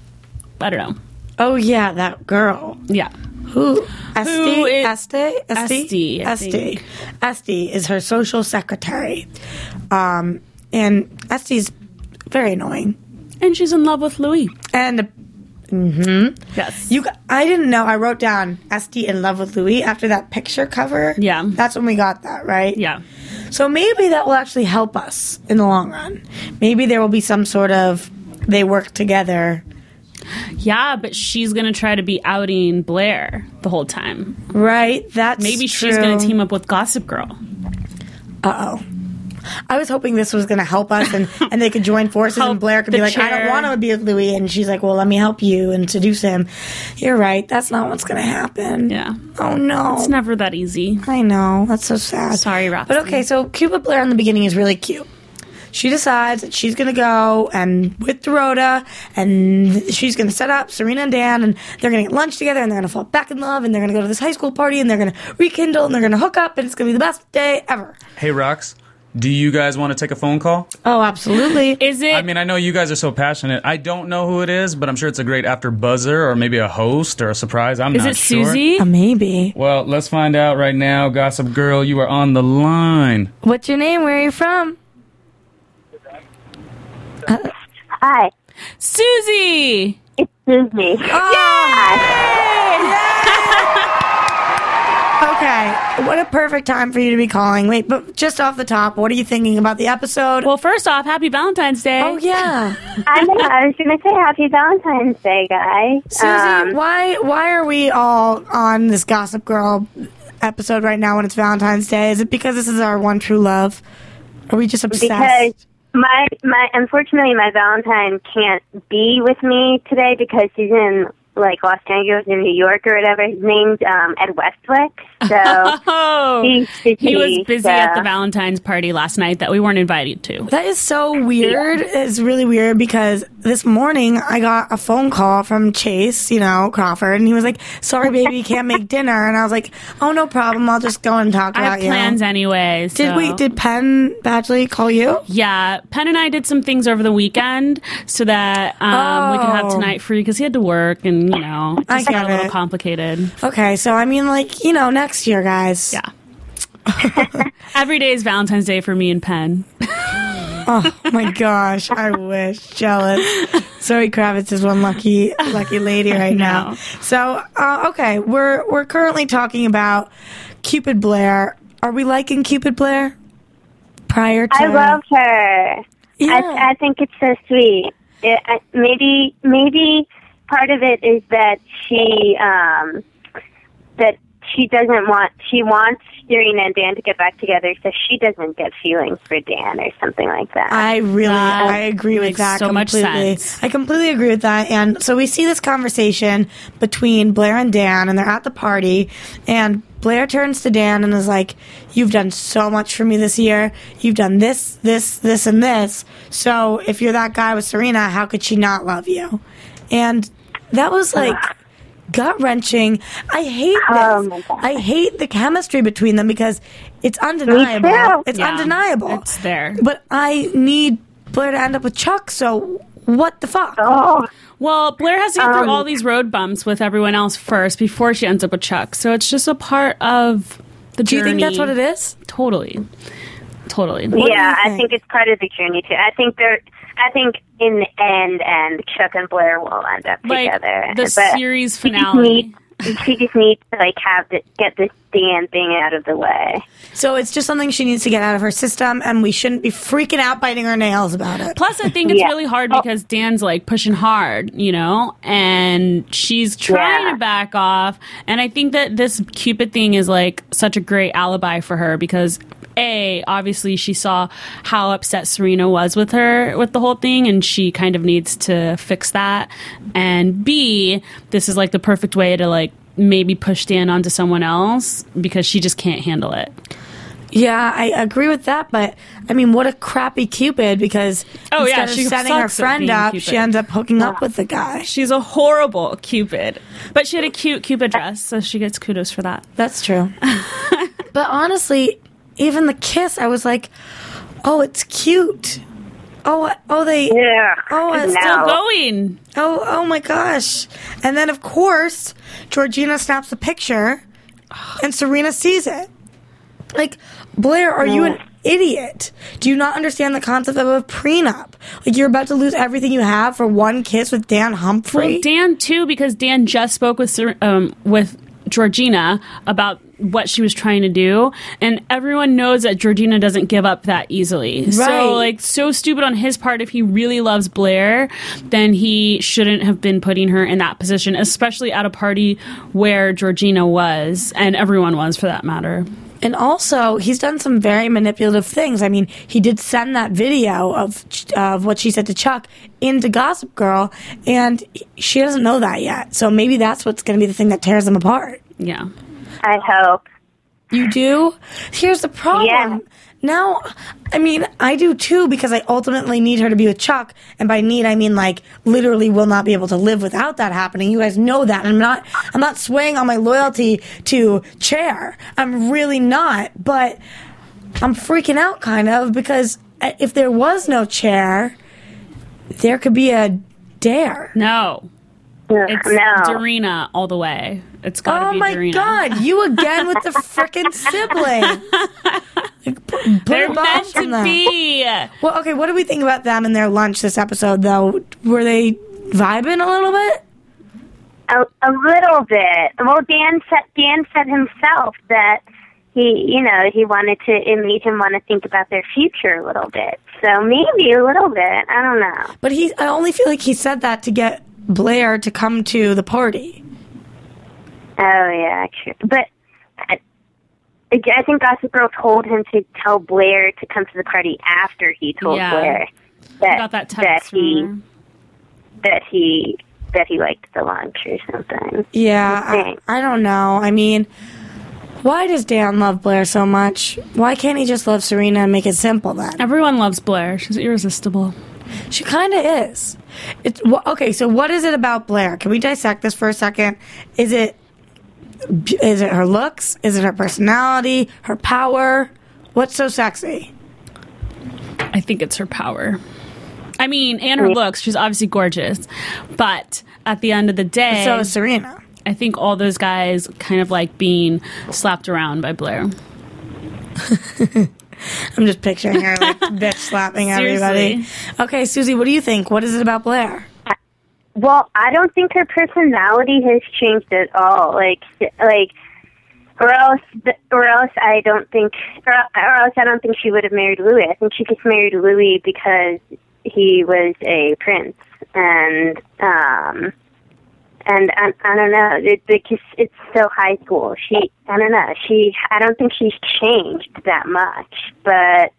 Speaker 3: I don't know.
Speaker 2: Oh yeah, that girl.
Speaker 3: Yeah.
Speaker 2: Who? Esti?
Speaker 3: is-
Speaker 2: Esti? Esti?
Speaker 3: Esti, I
Speaker 2: Esti.
Speaker 3: think.
Speaker 2: Esti is her social secretary. Um, and Esti's very annoying.
Speaker 3: And she's in love with Louis.
Speaker 2: And
Speaker 3: Yes.
Speaker 2: you, got- I didn't know. I wrote down Esti in love with Louis after that picture cover.
Speaker 3: Yeah.
Speaker 2: that's when we got that right.
Speaker 3: yeah.
Speaker 2: So maybe that will actually help us in the long run. Maybe there will be some sort of they work together.
Speaker 3: Yeah, but she's gonna try to be outing Blair the whole time.
Speaker 2: Right. That's
Speaker 3: Maybe she's
Speaker 2: true.
Speaker 3: gonna team up with Gossip Girl.
Speaker 2: I was hoping this was going to help us and, and they could join forces and
Speaker 3: Help
Speaker 2: Blair could
Speaker 3: the
Speaker 2: be like, I
Speaker 3: chair.
Speaker 2: don't want to be with Louis. And she's like, well, let me help you and seduce him. You're right. That's not what's going to happen.
Speaker 3: Yeah.
Speaker 2: Oh, no.
Speaker 3: It's never that easy.
Speaker 2: I know. That's so sad.
Speaker 3: Sorry, Roxy.
Speaker 2: But okay, so Cupid Blair in the beginning is really cute. She decides that she's going to go and with Rhoda, and she's going to set up Serena and Dan, and they're going to get lunch together, and they're going to fall back in love, and they're going to go to this high school party, and they're going to rekindle, and they're going to hook up, and it's going to be the best day ever.
Speaker 4: Hey, Rox, do you guys want to take a phone call?
Speaker 2: Oh, absolutely.
Speaker 3: Is it?
Speaker 4: I mean, I know you guys are so passionate. I don't know who it is, but I'm sure it's a great after buzzer or maybe a host or a surprise. I'm
Speaker 3: is
Speaker 4: not
Speaker 3: it
Speaker 4: sure.
Speaker 3: Susie?
Speaker 2: Uh, Maybe.
Speaker 4: Well, let's find out right now. Gossip Girl, you are on the line.
Speaker 2: What's your name? Where are you from?
Speaker 5: Hi,
Speaker 3: Susie.
Speaker 5: it's Susie.
Speaker 2: Oh! Okay. What a perfect time for you to be calling. Wait, but just off the top, what are you thinking about the episode?
Speaker 3: Well, first off, happy Valentine's Day.
Speaker 2: oh yeah.
Speaker 5: I know. I was going to say Happy Valentine's Day, guy.
Speaker 2: Susie,
Speaker 5: Um,
Speaker 2: why why are we all on this Gossip Girl episode right now when it's Valentine's Day? Is it because this is our one true love? Are we just obsessed?
Speaker 5: because my my unfortunately my Valentine can't be with me today because he's in like Los Angeles or New York or whatever. He's named um, Ed Westwick, so
Speaker 3: Oh.
Speaker 5: he's busy.
Speaker 3: He was busy at
Speaker 5: so-
Speaker 3: the Valentine's party last night that we weren't invited to.
Speaker 2: That is so weird. It's really weird because this morning I got a phone call from Chase, you know, Crawford, and he was like, "Sorry, baby, can't make dinner." And I was like, "Oh, no problem. I'll just go and talk
Speaker 3: I
Speaker 2: about
Speaker 3: have plans
Speaker 2: you."
Speaker 3: anyway.
Speaker 2: Did
Speaker 3: so-
Speaker 2: wait? Did Penn Badgley call you?
Speaker 3: Yeah, Penn and I did some things over the weekend so that um, we could have
Speaker 2: Oh.
Speaker 3: tonight free because he had to work and you know it
Speaker 2: I
Speaker 3: just got
Speaker 2: get
Speaker 3: a little
Speaker 2: it.
Speaker 3: complicated.
Speaker 2: Okay, so I mean, like you know, next year, guys.
Speaker 3: Yeah. Every day is Valentine's Day for me and Penn.
Speaker 2: Oh my gosh, I wish. Jealous. Zoe Kravitz is one lucky, lucky lady right now.
Speaker 3: know.
Speaker 2: So, uh, okay, we're we're currently talking about Cupid Blair. Are we liking Cupid Blair? Prior to
Speaker 5: I love her.
Speaker 2: Yeah.
Speaker 5: I, I think it's so sweet. It, I, maybe maybe part of it is that she um, that she doesn't want she wants Serena and Dan to get back together, so she doesn't get feelings for Dan or something like that.
Speaker 2: I really,
Speaker 3: That
Speaker 2: I agree with
Speaker 3: makes
Speaker 2: that
Speaker 3: so much
Speaker 2: completely.
Speaker 3: sense.
Speaker 2: I completely agree with that. And so we see this conversation between Blair and Dan, and they're at the party, and Blair turns to Dan and is like, "You've done so much for me this year. You've done this, this, this, and this. So if you're that guy with Serena, how could she not love you?" And that was like. Gut wrenching. I hate this.
Speaker 5: Oh my God.
Speaker 2: I hate the chemistry between them because it's undeniable.
Speaker 5: too.
Speaker 2: It's
Speaker 3: Yeah,
Speaker 2: undeniable.
Speaker 3: it's there.
Speaker 2: But I need Blair to end up with Chuck, so what the fuck?
Speaker 5: oh,
Speaker 3: Well, Blair has to get through
Speaker 2: Um,
Speaker 3: all these road bumps with everyone else first before she ends up with Chuck. So it's just a part of the
Speaker 2: Do
Speaker 3: journey.
Speaker 2: you think that's what it is?
Speaker 3: Totally. Totally.
Speaker 5: yeah, I
Speaker 2: think?
Speaker 5: think it's part of the journey too. I think they're. I think in the end, and Chuck and Blair will end up
Speaker 3: Like
Speaker 5: together.
Speaker 3: the
Speaker 5: but
Speaker 3: series
Speaker 5: she just
Speaker 3: finale.
Speaker 5: needs- She just needs to like have the, get this damn thing out of the way.
Speaker 2: So it's just something she needs to get out of her system, and we shouldn't be freaking out biting our nails about it.
Speaker 3: Plus, I think it's
Speaker 5: Yeah. Oh.
Speaker 3: really hard because Dan's like pushing hard, you know, and she's trying
Speaker 5: Yeah.
Speaker 3: to back off. And I think that this Cupid thing is like such a great alibi for her because. A, obviously, she saw how upset Serena was with her with the whole thing, and she kind of needs to fix that. And B, this is like the perfect way to like maybe push Dan onto someone else because she just can't handle it.
Speaker 2: Yeah, I agree with that, but I mean, what a crappy Cupid because
Speaker 3: Oh,
Speaker 2: instead
Speaker 3: yeah,
Speaker 2: of
Speaker 3: she
Speaker 2: setting her
Speaker 3: sucks at
Speaker 2: friend
Speaker 3: being
Speaker 2: up,
Speaker 3: Cupid.
Speaker 2: she ends up hooking up with the guy.
Speaker 3: She's a horrible Cupid. But she had a cute Cupid dress, so she gets kudos for that.
Speaker 2: That's true. but honestly, even the kiss, I was like, oh, it's cute. Oh, oh, they.
Speaker 5: Yeah.
Speaker 2: Oh, it's still
Speaker 3: Still going.
Speaker 2: Oh, oh my gosh. And then, of course, Georgina snaps a picture and Serena sees it. Like, Blair, are you an idiot? Do you not understand the concept of a prenup? Like, you're about to lose everything you have for one kiss with Dan Humphrey?
Speaker 3: Well, Dan too, because Dan just spoke with Ser- um, with Georgina about what she was trying to do, and everyone knows that Georgina doesn't give up that easily.
Speaker 2: Right.
Speaker 3: So, like, so stupid on his part. If he really loves Blair, then he shouldn't have been putting her in that position, especially at a party where Georgina was, and everyone was for that matter.
Speaker 2: and also, he's done some very manipulative things. I mean, he did send that video of, Ch- of what she said to Chuck into Gossip Girl, and she doesn't know that yet. So maybe that's what's going to be the thing that tears them apart.
Speaker 3: Yeah.
Speaker 5: I hope.
Speaker 2: You do? Here's the problem.
Speaker 5: Yeah.
Speaker 2: Now, I mean, I do too because I ultimately need her to be with Chuck. And by need, I mean like literally will not be able to live without that happening. You guys know that. I'm not, I'm not swaying on my loyalty to Chair. I'm really not. But I'm freaking out kind of because if there was no Chair, there could be a dare.
Speaker 3: No. It's
Speaker 5: no.
Speaker 3: Dorina all the way. It's gotta
Speaker 2: Oh
Speaker 3: be
Speaker 2: my
Speaker 3: Dorina.
Speaker 2: god, you again with the freaking sibling. Put
Speaker 3: They're
Speaker 2: a box
Speaker 3: meant
Speaker 2: on
Speaker 3: to
Speaker 2: that.
Speaker 3: be.
Speaker 2: Well, okay, what do we think about them and their lunch this episode though? Were they vibing a little bit?
Speaker 5: A, a little bit. Well, Dan said Dan said himself that he, you know, he wanted to it made him want to think about their future a little bit. So maybe a little bit. I don't know.
Speaker 2: But he I only feel like he said that to get Blair to come to the party.
Speaker 5: Oh yeah, true. But I, I think Gossip Girl told him to tell Blair to come to the party after he told
Speaker 3: Yeah.
Speaker 5: Blair
Speaker 3: I
Speaker 5: that
Speaker 3: got that text.
Speaker 5: that he
Speaker 3: remember?
Speaker 5: that he that he liked the lunch or something.
Speaker 2: Yeah, I,
Speaker 5: Okay.
Speaker 2: I don't know. I mean, why does Dan love Blair so much? Why can't he just love Serena and make it simple then?
Speaker 3: Everyone loves Blair. She's irresistible.
Speaker 2: She kind of is. It's wh- okay. So what is it about Blair? Can we dissect this for a second? Is it is it her looks? Is it her personality? Her power? What's so sexy?
Speaker 3: I think it's her power. I mean, and her looks. She's obviously gorgeous. But at the end of the day,
Speaker 2: So is Serena.
Speaker 3: I think all those guys kind of like being slapped around by Blair.
Speaker 2: I'm just picturing her like bitch slapping everybody. Okay, Susie, what do you think? What is it about Blair?
Speaker 5: Well, I don't think her personality has changed at all. Like, like, or else, th- or else, I don't think, or, or else, I don't think she would have married Louis. I think she just married Louis because he was a prince, and um, and I, I don't know. It, it just, it's so high school. She, I don't know. She, I don't think she's changed that much, but.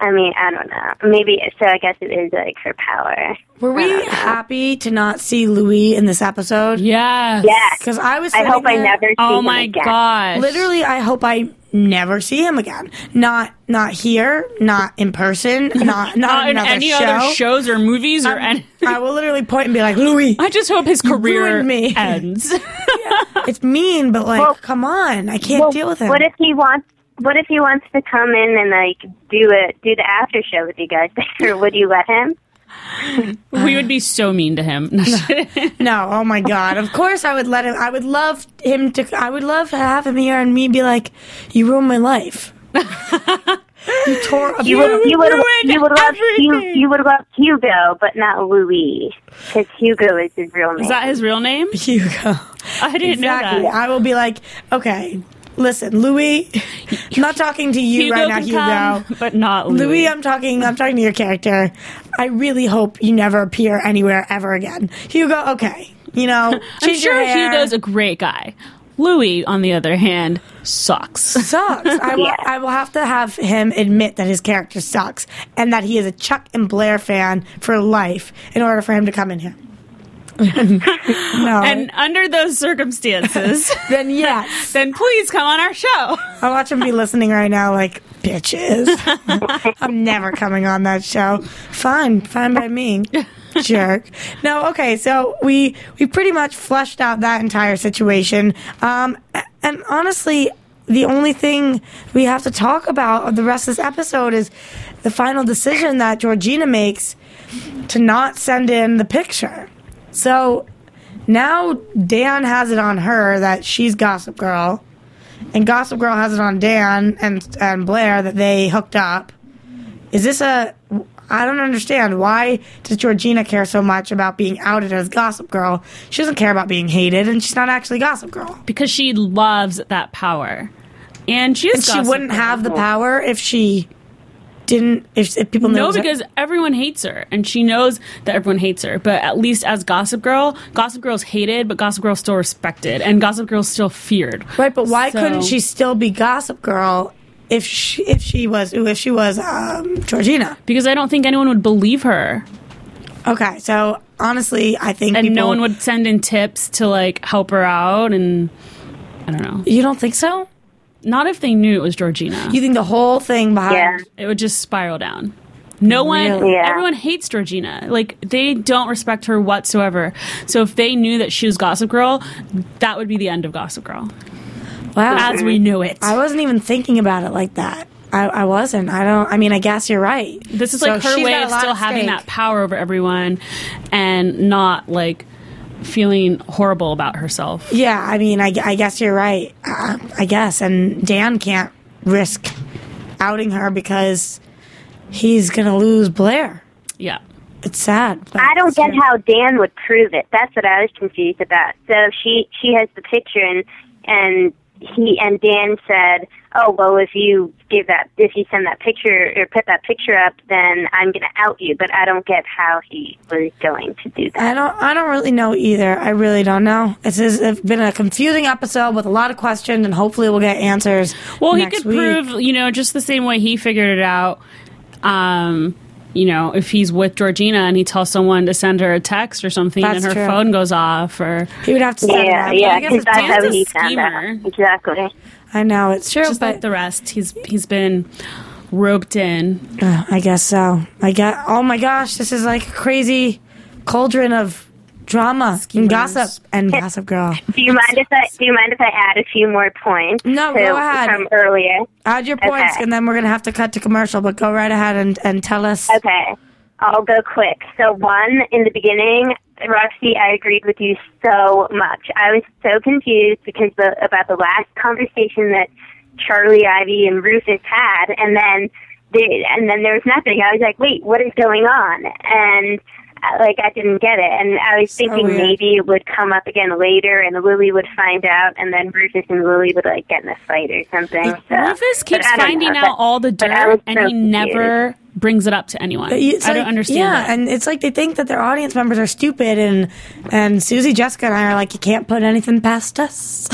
Speaker 5: I mean, I don't know. Maybe so. I guess it is like her power.
Speaker 2: Were we happy to not see Louis in this episode?
Speaker 3: Yes.
Speaker 5: Yes.
Speaker 2: Because I was.
Speaker 5: I
Speaker 2: sitting
Speaker 5: hope I
Speaker 2: there-
Speaker 5: never see
Speaker 3: Oh
Speaker 5: him
Speaker 3: my
Speaker 5: again.
Speaker 3: gosh.
Speaker 2: Literally, I hope I never see him again. Not not here. Not in person. Not not,
Speaker 3: Not in
Speaker 2: another
Speaker 3: any
Speaker 2: show. Um,
Speaker 3: other shows or movies or any.
Speaker 2: I will literally point and be like, Louis,
Speaker 3: I just hope his career
Speaker 2: ruined me.
Speaker 3: ends.
Speaker 2: it's mean, but like,
Speaker 5: Well-
Speaker 2: come on, I can't deal with him.
Speaker 5: What if he wants? What if he wants to come in and like do a do the after show with you guys? or would you let him?
Speaker 3: we would be so mean to him.
Speaker 2: no, oh my god. Of course, I would let him. I would love him to. I would love to have him here and me be like, you ruined my life. You tore up.
Speaker 5: You would, you would,
Speaker 3: ruined
Speaker 5: you would love, you,
Speaker 3: everything.
Speaker 5: you would love Hugo, but not Louis, because Hugo is his real name.
Speaker 3: Is that his real name?
Speaker 2: you go.
Speaker 3: I didn't
Speaker 2: Exactly.
Speaker 3: know that.
Speaker 2: I will be like, okay, listen, Louis, I'm not talking to you right now,
Speaker 3: can
Speaker 2: Hugo.
Speaker 3: come, but not Louis.
Speaker 2: Louis, I'm talking. I'm talking to your character. I really hope you never appear anywhere ever again. Hugo, okay, you know,
Speaker 3: I'm
Speaker 2: change your
Speaker 3: sure
Speaker 2: hair.
Speaker 3: Hugo's a great guy. Louis, on the other hand, sucks.
Speaker 2: sucks. I will, I will have to have him admit that his character sucks and that he is a Chuck and Blair fan for life in order for him to come in here. no,
Speaker 3: And under those circumstances,
Speaker 2: then yes,
Speaker 3: then please come on our show.
Speaker 2: I watch him be listening right now, like bitches. I'm never coming on that show. Fine, fine by me, jerk. No, okay. So we we pretty much fleshed out that entire situation. Um, a- and honestly, the only thing we have to talk about of the rest of this episode is the final decision that Georgina makes to not send in the picture. So now Dan has it on her that she's Gossip Girl and Gossip Girl has it on Dan and and Blair that they hooked up. Is this a? I don't understand. Why does Georgina care so much about being outed as Gossip Girl? She doesn't care about being hated, and she's not actually Gossip Girl.
Speaker 3: Because she loves that power. And she is
Speaker 2: And she
Speaker 3: gossip
Speaker 2: wouldn't
Speaker 3: girl.
Speaker 2: have the power if she didn't. If, if people knew it
Speaker 3: No,
Speaker 2: was her-
Speaker 3: because everyone hates her, and she knows that everyone hates her. But at least as Gossip Girl, Gossip Girl's hated, but Gossip Girl's still respected, and Gossip Girl's still feared.
Speaker 2: right, but why
Speaker 3: So-
Speaker 2: couldn't she still be Gossip Girl if she if she was if she was um, Georgina?
Speaker 3: Because I don't think anyone would believe her,
Speaker 2: Okay, so honestly, I think
Speaker 3: and no
Speaker 2: people-
Speaker 3: one would send in tips to like help her out. And I don't know.
Speaker 2: You don't think so?
Speaker 3: Not if they knew it was Georgina.
Speaker 2: You think the whole thing behind
Speaker 5: yeah.
Speaker 3: it would just spiral down. No one,
Speaker 2: Really?
Speaker 5: Yeah.
Speaker 3: everyone hates Georgina. Like they don't respect her whatsoever. So if they knew that she was Gossip Girl, that would be the end of Gossip Girl
Speaker 2: Wow.
Speaker 3: as we knew it.
Speaker 2: I wasn't even thinking about it like that. I, I wasn't. I don't. I mean, I guess you're right.
Speaker 3: This is
Speaker 2: So
Speaker 3: like her
Speaker 2: she's got
Speaker 3: way
Speaker 2: a
Speaker 3: of
Speaker 2: lot
Speaker 3: still
Speaker 2: at
Speaker 3: having
Speaker 2: stake.
Speaker 3: that power over everyone and not like feeling horrible about herself.
Speaker 2: Yeah. I mean, I, I guess you're right. Uh, I guess. And Dan can't risk outing her because he's gonna lose Blair.
Speaker 3: Yeah.
Speaker 2: It's sad. but
Speaker 5: I don't
Speaker 2: it's
Speaker 5: get
Speaker 2: true.
Speaker 5: how Dan would prove it. That's what I was confused about. So she she has the picture and and he and Dan said, "Oh well, if you give that if you send that picture or put that picture up, then I'm going to out you." But I don't get how he was going to do that.
Speaker 2: I don't. I don't really know either. I really don't know. This has it's been a confusing episode with a lot of questions, and hopefully we'll get answers.
Speaker 3: Well,
Speaker 2: next
Speaker 3: he could
Speaker 2: week.
Speaker 3: prove, you know, just the same way he figured it out. Um, you know, if he's with Georgina and he tells someone to send her a text or something,
Speaker 2: That's
Speaker 3: and her
Speaker 2: true.
Speaker 3: phone goes off, or
Speaker 2: He would have to. set it
Speaker 5: Yeah,
Speaker 2: up.
Speaker 5: yeah,
Speaker 2: I guess
Speaker 5: because
Speaker 2: it's
Speaker 5: that's
Speaker 2: Dan.
Speaker 5: how
Speaker 3: Dan's a
Speaker 5: he found
Speaker 3: schemer.
Speaker 5: out. Exactly.
Speaker 2: I know it's true,
Speaker 3: just
Speaker 2: but
Speaker 3: like the rest, he's he's been roped in.
Speaker 2: Uh, I guess so. I got. Oh my gosh, this is like a crazy cauldron of drama and gossip and Gossip Girl.
Speaker 5: Do you mind if I do you mind if I add a few more points?
Speaker 2: No,
Speaker 5: to-
Speaker 2: go ahead.
Speaker 5: From earlier.
Speaker 2: Add your points,
Speaker 5: Okay.
Speaker 2: and then we're gonna have to cut to commercial. But go right ahead and, and tell us.
Speaker 5: Okay. I'll go quick. So one, in the beginning, Roxy, I agreed with you so much. I was so confused because the, about the last conversation that Charlie Ivy and Rufus had, and then they, and then there was nothing. I was like, wait, what is going on? And uh, like I didn't get it, and I was thinking
Speaker 2: weird.
Speaker 5: maybe it would come up again later, and Lily would find out, and then Rufus and Lily would like get in a fight or something. So,
Speaker 3: Rufus
Speaker 5: but
Speaker 3: keeps
Speaker 5: I don't
Speaker 3: finding
Speaker 5: know,
Speaker 3: out
Speaker 5: but-
Speaker 3: all the
Speaker 5: but
Speaker 3: dirt,
Speaker 5: I was
Speaker 3: and
Speaker 5: so
Speaker 3: he
Speaker 5: confused.
Speaker 3: never brings it up to anyone.
Speaker 2: It's
Speaker 3: I don't
Speaker 2: like-
Speaker 3: understand.
Speaker 2: Yeah,
Speaker 3: that.
Speaker 2: and it's like they think that their audience members are stupid, and and Susie, Jessica, and I are like, you can't put anything past us.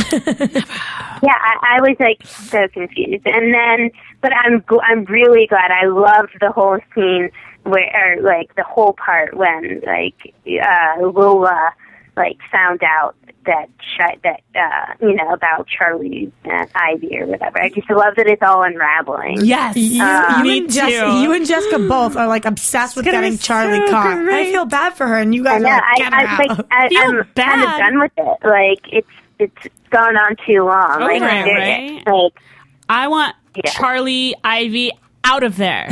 Speaker 5: Yeah, I, I was like so confused, and then, but I'm gl- I'm really glad. I loved the whole scene where, or like the whole part when like uh, Lola like found out that chi- that uh, you know about Charlie and Ivy or whatever. I just love that it's all unraveling.
Speaker 3: yes,
Speaker 2: You,
Speaker 3: Uh,
Speaker 2: you
Speaker 3: me
Speaker 2: and Jess-
Speaker 3: too.
Speaker 2: you and Jessica both are like obsessed with
Speaker 3: gonna
Speaker 2: getting
Speaker 3: be
Speaker 2: Charlie
Speaker 3: so
Speaker 2: caught. I
Speaker 3: great.
Speaker 2: feel bad for her, and you
Speaker 5: I
Speaker 2: guys
Speaker 5: know.
Speaker 2: are like,
Speaker 5: I,
Speaker 2: get her
Speaker 5: I
Speaker 2: out.
Speaker 5: like I,
Speaker 3: Feel
Speaker 5: I'm kind of
Speaker 3: bad.
Speaker 5: done with it. Like it's it's gone on too long. like,
Speaker 3: right,
Speaker 5: there-
Speaker 3: right.
Speaker 5: like
Speaker 3: I want
Speaker 5: Yeah.
Speaker 3: Charlie Ivy out of there.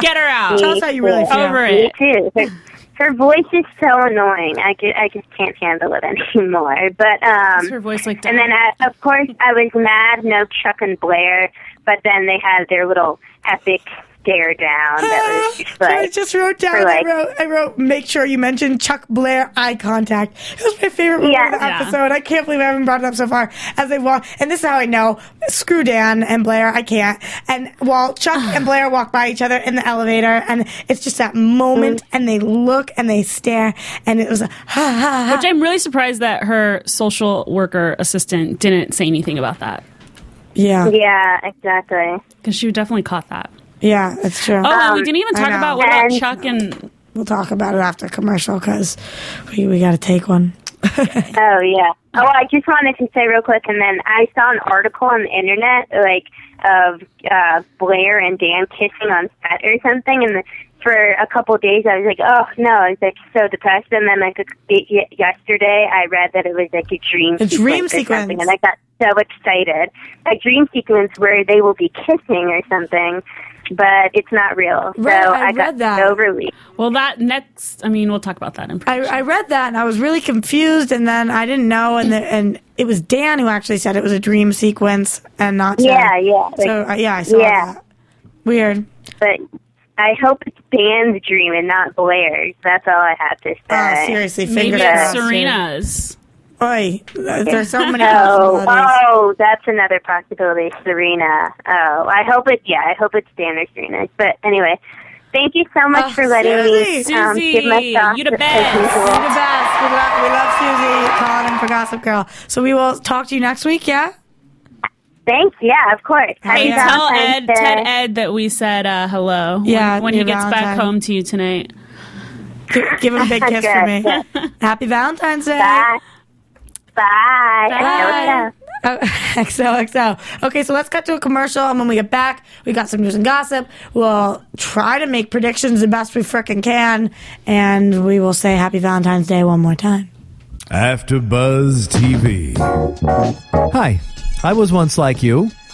Speaker 3: Get her out.
Speaker 2: Tell us how you really feel.
Speaker 3: Over
Speaker 5: Me
Speaker 3: it.
Speaker 5: too. Her, her voice is so annoying. I just, I just can't handle it anymore. But um, uh,
Speaker 3: Her voice like
Speaker 5: and then I, of course I was mad. No Chuck and Blair, but then they had their little epic stare down that was just
Speaker 2: Ah, I
Speaker 5: like
Speaker 2: just wrote down.
Speaker 5: for like-
Speaker 2: I wrote. I wrote. Make sure you mention Chuck Blair eye contact. It was my favorite part
Speaker 5: Yeah.
Speaker 2: of the
Speaker 3: Yeah.
Speaker 2: episode. I can't believe I haven't brought it up so far. As they walk, and this is how I know. Screw Dan and Blair. I can't. And while Chuck and Blair walk by each other in the elevator, and it's just that moment,
Speaker 5: Mm.
Speaker 2: and they look and they stare, and it was a ha ha ha.
Speaker 3: Which I'm really surprised that her social worker assistant didn't say anything about that
Speaker 2: Yeah,
Speaker 5: yeah, exactly.
Speaker 3: because she definitely caught that.
Speaker 2: yeah, it's true.
Speaker 3: Oh, and we didn't even
Speaker 2: Um, I
Speaker 3: talk
Speaker 2: know.
Speaker 3: about what about
Speaker 5: And-
Speaker 3: Chuck and
Speaker 2: We'll talk about it after commercial because we, we got to take one.
Speaker 5: Oh yeah. Oh, I just wanted to say real quick, and then I saw an article on the internet like of uh, Blair and Dan kissing on set or something, and the, for a couple of days I was like, oh no, I was like so depressed, and then like y- y- yesterday I read that it was like a dream,
Speaker 2: A
Speaker 5: sequence, or
Speaker 2: dream
Speaker 5: something,
Speaker 2: sequence.
Speaker 5: and I got so excited. A dream sequence where they will be kissing or something, but it's not real.
Speaker 2: Right,
Speaker 5: so
Speaker 2: I
Speaker 5: I, got
Speaker 2: read that.
Speaker 5: so relieved.
Speaker 3: well, that next. I mean, we'll talk about that in.
Speaker 2: I, I read that and I was really confused, and then I didn't know, and the, and it was Dan who actually said it was a dream sequence and not. Ted.
Speaker 5: Yeah, yeah, like-
Speaker 2: so uh, yeah, I saw
Speaker 5: yeah.
Speaker 2: that. Weird.
Speaker 5: but I hope it's Dan's dream and not Blair's. That's all I have to say.
Speaker 2: Oh, seriously,
Speaker 3: Maybe
Speaker 2: fingers
Speaker 3: it's
Speaker 2: crossed.
Speaker 3: Serena's.
Speaker 2: Oi, there's so many
Speaker 5: Oh,
Speaker 2: possibilities.
Speaker 5: oh, that's another possibility, Serena. Oh, I hope it. Yeah, I hope it's Dan or Serena. But anyway, thank you so much
Speaker 2: Oh,
Speaker 5: for letting
Speaker 2: Susie.
Speaker 5: me um, give my
Speaker 3: Ah, Susie,
Speaker 5: thoughts.
Speaker 3: you the
Speaker 5: as
Speaker 3: best.
Speaker 5: usual.
Speaker 2: You're the best. We love, we love Susie calling in for Gossip Girl. So we will talk to you next week. Yeah.
Speaker 5: Thanks. Yeah, of course. Happy
Speaker 3: Hey, tell Ed,
Speaker 5: Valentine's Day.
Speaker 3: Ted Ed that we said uh, hello. when-
Speaker 2: Yeah,
Speaker 3: when, he
Speaker 2: your
Speaker 3: gets back
Speaker 2: Valentine.
Speaker 3: home to you tonight.
Speaker 2: Give, give him a big kiss for me.
Speaker 5: Good.
Speaker 2: Happy Valentine's Day.
Speaker 5: Bye. Bye. Bye.
Speaker 2: Oh, XOXO. Okay, so let's cut to a commercial, and when we get back, we got some news and gossip. We'll try to make predictions the best we frickin' can, and we will say Happy Valentine's Day one more time.
Speaker 1: After Buzz TV.
Speaker 6: Hi, I was once like you,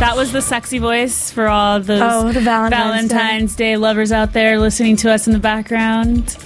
Speaker 3: That was the sexy voice for all those
Speaker 2: Oh, the Valentine's Day.
Speaker 3: Valentine's Day lovers out there listening to us in the background.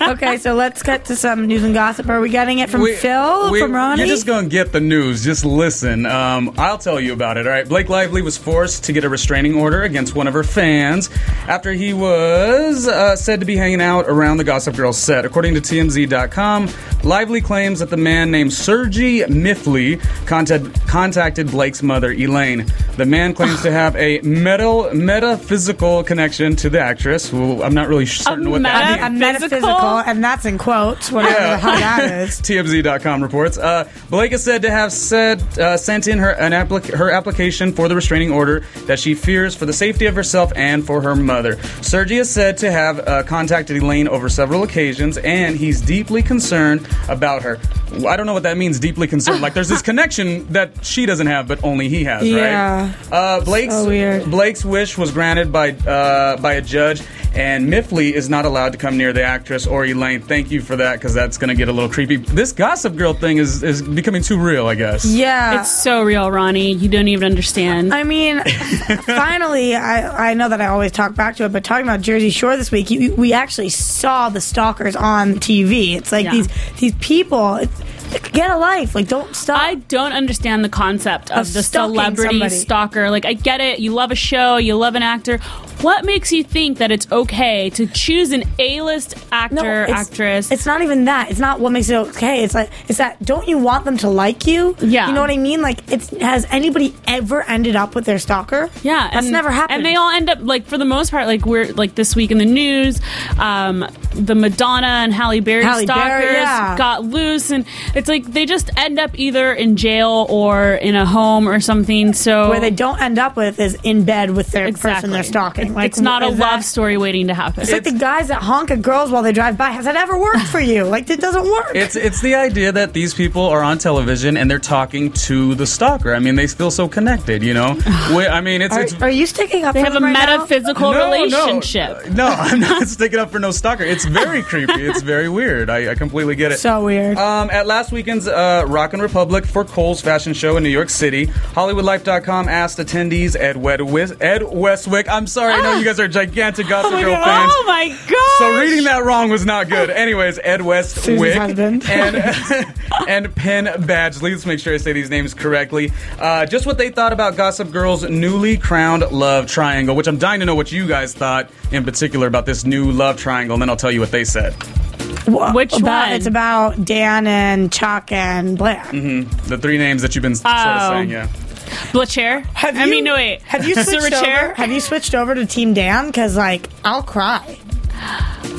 Speaker 2: okay, so let's cut to some news and gossip. Are we getting it from Phil?
Speaker 4: we-
Speaker 2: from Ronnie?
Speaker 4: You're just going to get the news. Just listen. Um, I'll tell you about it, all right? Blake Lively was forced to get a restraining order against one of her fans after he was uh, said to be hanging out around the Gossip Girl set. According to TMZ.com, Lively claims that the man named Sergi Miffley contact, contacted Blake's mother, Elaine. The man claims to have a metal, metaphysical connection to the actress. Well, I'm not really certain what that
Speaker 3: meta-
Speaker 4: means.
Speaker 2: I'm metaphysical, and that's in quotes, whatever
Speaker 4: Yeah.
Speaker 2: the hell that is.
Speaker 4: TMZ.com reports. Uh, Blake is said to have said, uh, sent in her an applic- her application for the restraining order that she fears for the safety of herself and for her mother. Sergi is said to have uh, contacted Elaine over several occasions, and he's deeply concerned about her. Well, I don't know what that means, deeply concerned. Like, there's this connection that she doesn't have, but only he has,
Speaker 2: Yeah.
Speaker 4: right? Uh, Blake's,
Speaker 2: So weird.
Speaker 4: Blake's wish was granted by uh, by a judge, and Miffley is not allowed to come near the actress or Elaine. Thank you for that, because that's going to get a little creepy. This Gossip Girl thing is, is becoming too real, I guess.
Speaker 2: Yeah.
Speaker 3: It's so real, Ronnie. You don't even understand.
Speaker 2: Uh, I mean, finally, I, I know that I always talk back to it, but talking about Jersey Shore this week, you, we actually saw the stalkers on TV. It's like
Speaker 3: Yeah.
Speaker 2: these these people it's, get a life. Like, don't stop.
Speaker 3: I don't understand the concept of,
Speaker 2: Of
Speaker 3: the
Speaker 2: stalking
Speaker 3: celebrity
Speaker 2: somebody.
Speaker 3: stalker. Like, I get it. You love a show, you love an actor. What makes you think that it's okay to choose an A-list actor,
Speaker 2: it's-
Speaker 3: actress?
Speaker 2: It's not even that. It's not what makes it okay. It's like it's that don't you want them to like you?
Speaker 3: Yeah.
Speaker 2: You know what I mean? Like it's has anybody ever ended up with their stalker?
Speaker 3: Yeah,
Speaker 2: That's
Speaker 3: and-
Speaker 2: never happened.
Speaker 3: And they all end up like for the most part, like we're like this week in the news, um, the Madonna and Halle Berry
Speaker 2: Halle Berry,
Speaker 3: stalkers
Speaker 2: yeah.
Speaker 3: got loose, and it's like they just end up either in jail or in a home or something. So
Speaker 2: where they don't end up with is in bed with their person they're stalking. Like
Speaker 3: it's not a
Speaker 2: is
Speaker 3: love
Speaker 2: that-
Speaker 3: story waiting to happen.
Speaker 2: It's like the guys that honk at girls while they drive by. Has that ever worked for you? Like it doesn't work.
Speaker 4: It's it's the idea that these people are on television and they're talking to the stalker. I mean, they feel so connected, you know. We, I mean, it's
Speaker 2: are,
Speaker 4: it's
Speaker 2: are you sticking up?
Speaker 3: they
Speaker 2: for
Speaker 3: have a
Speaker 2: them right now?
Speaker 3: metaphysical
Speaker 4: no,
Speaker 3: relationship.
Speaker 4: No, no, I'm not sticking up for no stalker. It's very creepy. It's very weird. I, I completely get it.
Speaker 2: So weird.
Speaker 3: Uh,
Speaker 4: Um, at last weekend's uh, Rockin' Republic for Cole's fashion show in New York City, HollywoodLife.com asked attendees Ed, Wed- Wis- Ed Westwick. I'm sorry, I know you guys are gigantic Gossip Girl fans.
Speaker 3: Oh my god!
Speaker 4: So reading that wrong was not good. Anyways, Ed Westwick
Speaker 2: husband.
Speaker 4: and and Penn Badgley. Let's make sure I say these names correctly. Uh, just what they thought about Gossip Girl's newly crowned love triangle, which I'm dying to know what you guys thought in particular about this new love triangle, and then I'll tell you what they said.
Speaker 2: Wha-
Speaker 3: which
Speaker 2: about,
Speaker 3: one?
Speaker 2: It's about Dan and Chuck and Blair.
Speaker 4: The three names that you've been sort of
Speaker 3: Oh.
Speaker 4: saying, yeah.
Speaker 3: Blachair.
Speaker 2: Have
Speaker 3: I
Speaker 2: you-
Speaker 3: mean, no wait.
Speaker 2: Have you switched over?
Speaker 3: Sarachair?
Speaker 2: Have you switched over to Team Dan? Because like I'll cry.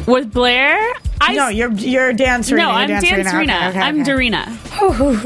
Speaker 3: with Blair? I
Speaker 2: No, you're you're Dan Serena.
Speaker 3: no,
Speaker 2: You're
Speaker 3: I'm Dan Serena.
Speaker 2: Okay, okay,
Speaker 3: I'm
Speaker 2: okay.
Speaker 3: Darina.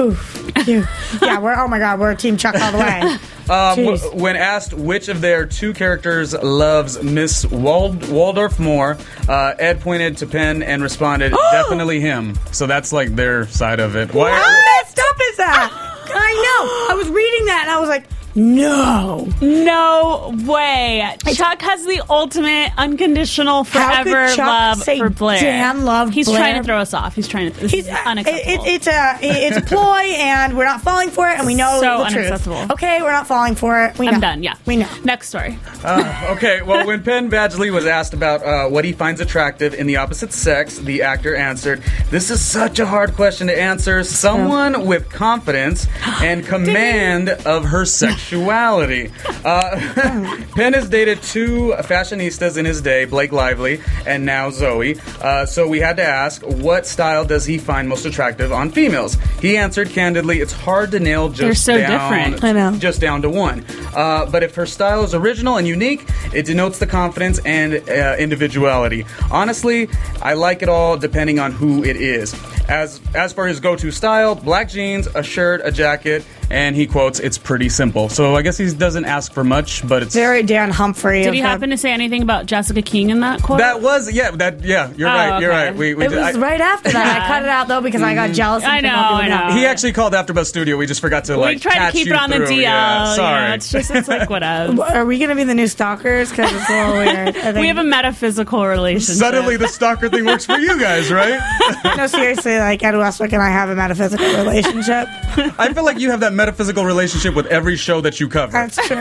Speaker 2: You- yeah, we're oh my god, we're Team Chuck all the way.
Speaker 4: Um, w-
Speaker 2: Jeez.
Speaker 4: when asked which of their two characters loves Miss Wald- Waldorf more, uh, Ed pointed to Penn and responded, "Definitely him." So that's like their side of it. Why?
Speaker 2: How messed up is that? I know. I was reading that and I was like, no.
Speaker 3: No way. Chuck has the ultimate unconditional
Speaker 2: How could
Speaker 3: forever
Speaker 2: Chuck
Speaker 3: love
Speaker 2: say
Speaker 3: for Blair.
Speaker 2: Dan loved
Speaker 3: He's
Speaker 2: Blair?
Speaker 3: trying to throw us off. He's trying to. This
Speaker 2: He's, uh,
Speaker 3: is
Speaker 2: it, it,
Speaker 3: unacceptable.
Speaker 2: it's a it's a ploy, and we're not falling for it, and we know
Speaker 3: So
Speaker 2: the truth.
Speaker 3: unacceptable.
Speaker 2: Okay, we're not falling for it. We know.
Speaker 3: I'm done. Yeah,
Speaker 2: we know.
Speaker 3: Next story.
Speaker 4: Okay, well, when Penn Badgley was asked about uh, what he finds attractive in the opposite sex, the actor answered, This is such a hard question to answer. Someone with confidence and command of her sexuality. Uh, Penn has dated two fashionistas in his day, Blake Lively and now Zoe. Uh, so we had to ask, what style does he find most attractive on females? He answered candidly, It's hard to nail just
Speaker 3: They're so
Speaker 4: down-
Speaker 3: different.
Speaker 2: I know.
Speaker 4: just down to one. Uh, but if her style is original and unique, it denotes the confidence and uh, individuality. Honestly, I like it all depending on who it is. As as for his go-to style, black jeans, a shirt, a jacket, and he quotes, "It's pretty simple." So I guess he doesn't ask for much, but it's
Speaker 2: Very Dan Humphrey.
Speaker 3: Did you happen to say anything about Jessica King in that quote?
Speaker 4: that was yeah that yeah you're
Speaker 3: Oh,
Speaker 4: right you're
Speaker 3: okay.
Speaker 4: right we, we
Speaker 2: It was
Speaker 4: did- I- Mm-hmm.
Speaker 2: right after that. I cut it out though because I got jealous. and
Speaker 3: I
Speaker 2: could
Speaker 3: know,
Speaker 2: not be
Speaker 3: I
Speaker 2: without
Speaker 3: know.
Speaker 2: it.
Speaker 4: he actually called Afterbuzz Studio. We just forgot to like
Speaker 3: we tried to
Speaker 4: patch
Speaker 3: keep
Speaker 4: you
Speaker 3: it on the
Speaker 4: through.
Speaker 3: DL.
Speaker 4: Yeah, sorry.
Speaker 3: You know, it's just it's like whatever.
Speaker 2: Are we going to be the new stalkers? Because it's a little weird. I
Speaker 3: we
Speaker 2: think-
Speaker 3: have a metaphysical relationship.
Speaker 4: Suddenly, the stalker thing works for you guys, right?
Speaker 2: no, seriously, like Ed Westwick and I have a metaphysical relationship.
Speaker 4: I feel like you have that metaphysical relationship with every show that you cover.
Speaker 2: That's true.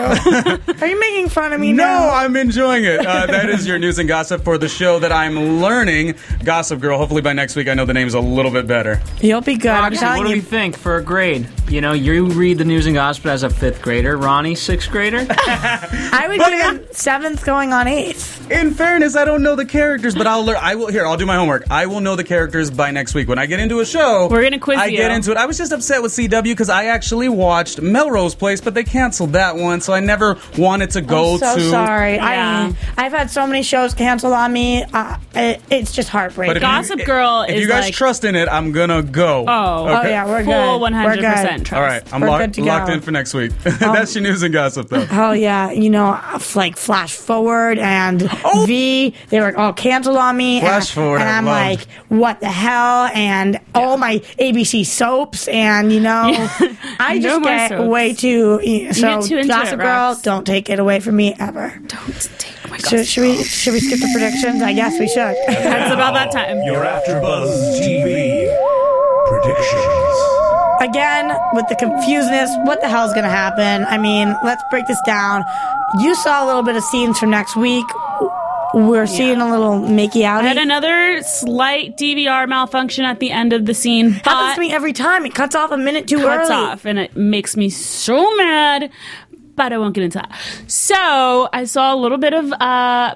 Speaker 2: Are you making fun of me?
Speaker 4: no,
Speaker 2: now?
Speaker 4: I'm enjoying it. Uh, that is your news and gossip for the show that I'm learning. Gossip Girl. Hopefully by next week I know the name's a little bit better.
Speaker 2: You'll be good. I'm
Speaker 7: Roxy, what
Speaker 2: telling
Speaker 7: do we
Speaker 2: you.
Speaker 7: think for a grade? You know, you read the news and gossip as a fifth grader. Ronnie, sixth grader.
Speaker 2: I would give him seventh going on eighth.
Speaker 4: In fairness, I don't know the characters, but I'll learn. I will here. I'll do my homework. I will know the characters by next week when I get into a show.
Speaker 3: We're gonna quiz
Speaker 4: I
Speaker 3: you.
Speaker 4: get into it. I was just upset with CW because I actually watched Melrose Place, but they canceled that one, so I never wanted to go
Speaker 2: I'm so
Speaker 4: to.
Speaker 2: sorry.
Speaker 3: Yeah.
Speaker 2: I, I've had so many shows canceled on me. Uh, it, it's just heartbreaking.
Speaker 4: But if
Speaker 3: Gossip
Speaker 4: you,
Speaker 3: Girl
Speaker 4: If
Speaker 3: is
Speaker 4: you guys
Speaker 3: like-
Speaker 4: trust in it, I'm gonna go.
Speaker 2: oh
Speaker 3: Oh.
Speaker 2: yeah, we're
Speaker 3: full
Speaker 2: good.
Speaker 3: one
Speaker 2: We're
Speaker 3: hundred
Speaker 2: good.
Speaker 3: percent trust.
Speaker 4: All right, I'm
Speaker 2: We're
Speaker 4: lock-
Speaker 2: good to
Speaker 4: locked
Speaker 2: go. Um,
Speaker 4: in for next week. That's your news and gossip, though.
Speaker 2: Oh yeah, you know, like Flash Forward and V, they were all canceled on me. and-
Speaker 4: Oh! Flash Forward,
Speaker 2: and
Speaker 4: I
Speaker 2: I'm
Speaker 4: loved.
Speaker 2: like, what the hell? And all my ABC soaps, and you know, I
Speaker 3: No
Speaker 2: just
Speaker 3: more
Speaker 2: get
Speaker 3: soaps.
Speaker 2: way too. e, So
Speaker 3: get too into
Speaker 2: Gossip
Speaker 3: it,
Speaker 2: Girl,
Speaker 3: Rox.
Speaker 2: don't take it away from me ever.
Speaker 3: Don't take my
Speaker 2: Should,
Speaker 3: gossip.
Speaker 2: should we should we skip the predictions? I guess we should.
Speaker 3: It's about that time.
Speaker 8: Your AfterBuzz TV predictions.
Speaker 2: Again, with the confusedness, what the hell's gonna happen? I mean, let's break this down. You saw a little bit of scenes from next week. We're seeing a little Mickey out.
Speaker 3: Had another slight DVR malfunction at the end of the scene.
Speaker 2: happens
Speaker 3: But
Speaker 2: to me every time. It cuts off a minute too
Speaker 3: cuts
Speaker 2: early.
Speaker 3: off, and it makes me so mad. but I won't get into that. So I saw a little bit of uh,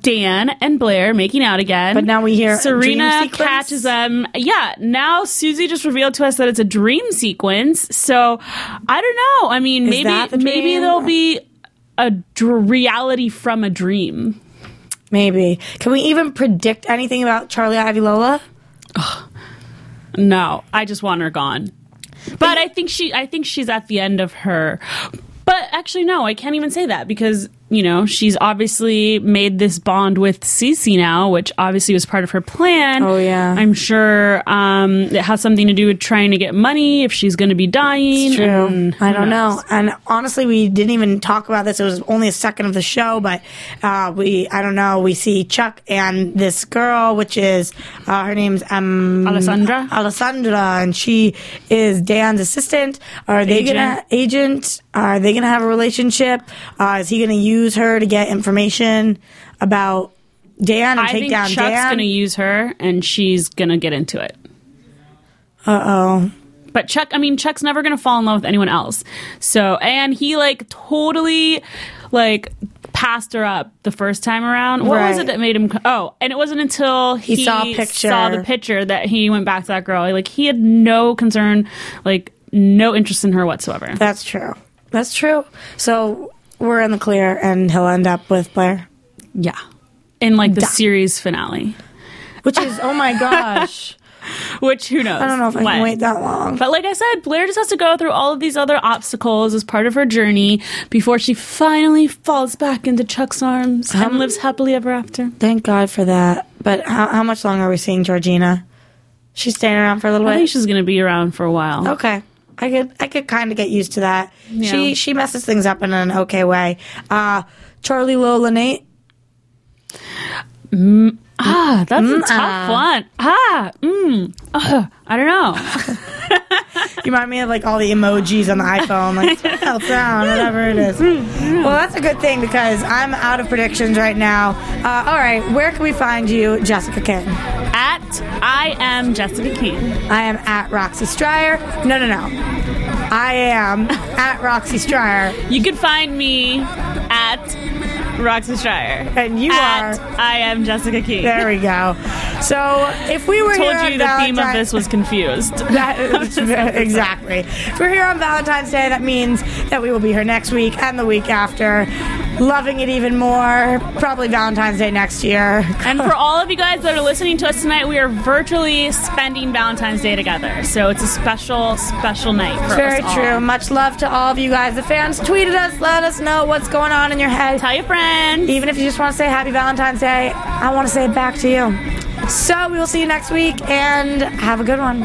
Speaker 3: Dan and Blair making out again.
Speaker 2: But now we hear a dream
Speaker 3: Serena
Speaker 2: sequence?
Speaker 3: catches them. Yeah, now Susie just revealed to us that it's a dream sequence. So I don't know. I mean,
Speaker 2: that the
Speaker 3: maybe maybe
Speaker 2: dream?
Speaker 3: there'll be a dr- reality from a dream.
Speaker 2: Maybe. Can we even predict anything about Charlie Ivy Lola?
Speaker 3: No, I just want her gone. But I think she I think she's at the end of her. But actually no, I can't even say that because, you know, she's obviously made this bond with Cece now, which obviously was part of her plan.
Speaker 2: Oh, yeah.
Speaker 3: I'm sure um it has something to do with trying to get money if she's going to be dying. and
Speaker 2: I
Speaker 3: who
Speaker 2: don't
Speaker 3: knows.
Speaker 2: know. And honestly, we didn't even talk about this. It was only a second of the show, but uh, we, I don't know, we see Chuck and this girl, which is, uh, her name's um,
Speaker 3: Alessandra?
Speaker 2: Alessandra, and she is Dan's assistant. Are they
Speaker 3: Agent.
Speaker 2: gonna, agent? Are they gonna have a relationship? Uh, is he gonna use her to get information about Dan and
Speaker 3: I
Speaker 2: take
Speaker 3: think
Speaker 2: down
Speaker 3: Chuck's
Speaker 2: Dan?
Speaker 3: going to use her and she's going to get into it.
Speaker 2: Uh oh.
Speaker 3: But Chuck, I mean, Chuck's never gonna fall in love with anyone else. So, and he like totally, like passed her up the first time around. What was
Speaker 2: Right.
Speaker 3: it that made him? co- Oh, and it wasn't until he,
Speaker 2: saw a picture.
Speaker 3: saw the picture that he went back to that girl. Like he had no concern, like no interest in her whatsoever.
Speaker 2: That's true. That's true. So we're in the clear, and he'll end up with Blair,
Speaker 3: yeah, in like the series finale,
Speaker 2: which is oh my gosh.
Speaker 3: which who knows?
Speaker 2: I don't know if I
Speaker 3: when.
Speaker 2: can wait that long.
Speaker 3: But like I said, Blair just has to go through all of these other obstacles as part of her journey before she finally falls back into Chuck's arms and lives happily ever after.
Speaker 2: Thank God for that. But how, how much longer are we seeing Georgina? She's staying around for a little
Speaker 3: I think
Speaker 2: bit.
Speaker 3: she's going to be around for a while.
Speaker 2: Okay. I could I could kind of get used to that.
Speaker 3: Yeah.
Speaker 2: She she messes things up in an okay way. Uh, Charlie Lola Nate.
Speaker 3: Ah, that's a tough one. Ah, mm, ugh, I don't know.
Speaker 2: You remind me of like all the emojis on the iPhone, like smile, frown, whatever it is. Well, that's a good thing because I'm out of predictions right now. Uh, all right, where can we find you, Jessica King?
Speaker 3: At I am Jessica King.
Speaker 2: I am at Roxy Stryer. No, no, no. I am at Roxy Stryer.
Speaker 3: You can find me at Roxy Stryer.
Speaker 2: And you
Speaker 3: at
Speaker 2: are-
Speaker 3: I am Jessica King.
Speaker 2: There we go. So if we were
Speaker 3: I
Speaker 2: here
Speaker 3: told
Speaker 2: on
Speaker 3: you the
Speaker 2: Valentine's
Speaker 3: theme of this was confused.
Speaker 2: That is, exactly. If we're here on Valentine's Day, that means that we will be here next week and the week after. Loving it even more. Probably Valentine's Day next year.
Speaker 3: And for all of you guys that are listening to us tonight, we are virtually spending Valentine's Day together. So it's a special, special night for
Speaker 2: Very
Speaker 3: us all.
Speaker 2: true. Much love to all of you guys. The fans tweeted us, let us know what's going on in your head.
Speaker 3: Tell your friends.
Speaker 2: Even if you just want to say happy Valentine's Day, I want to say it back to you. So we will see you next week and have a good one.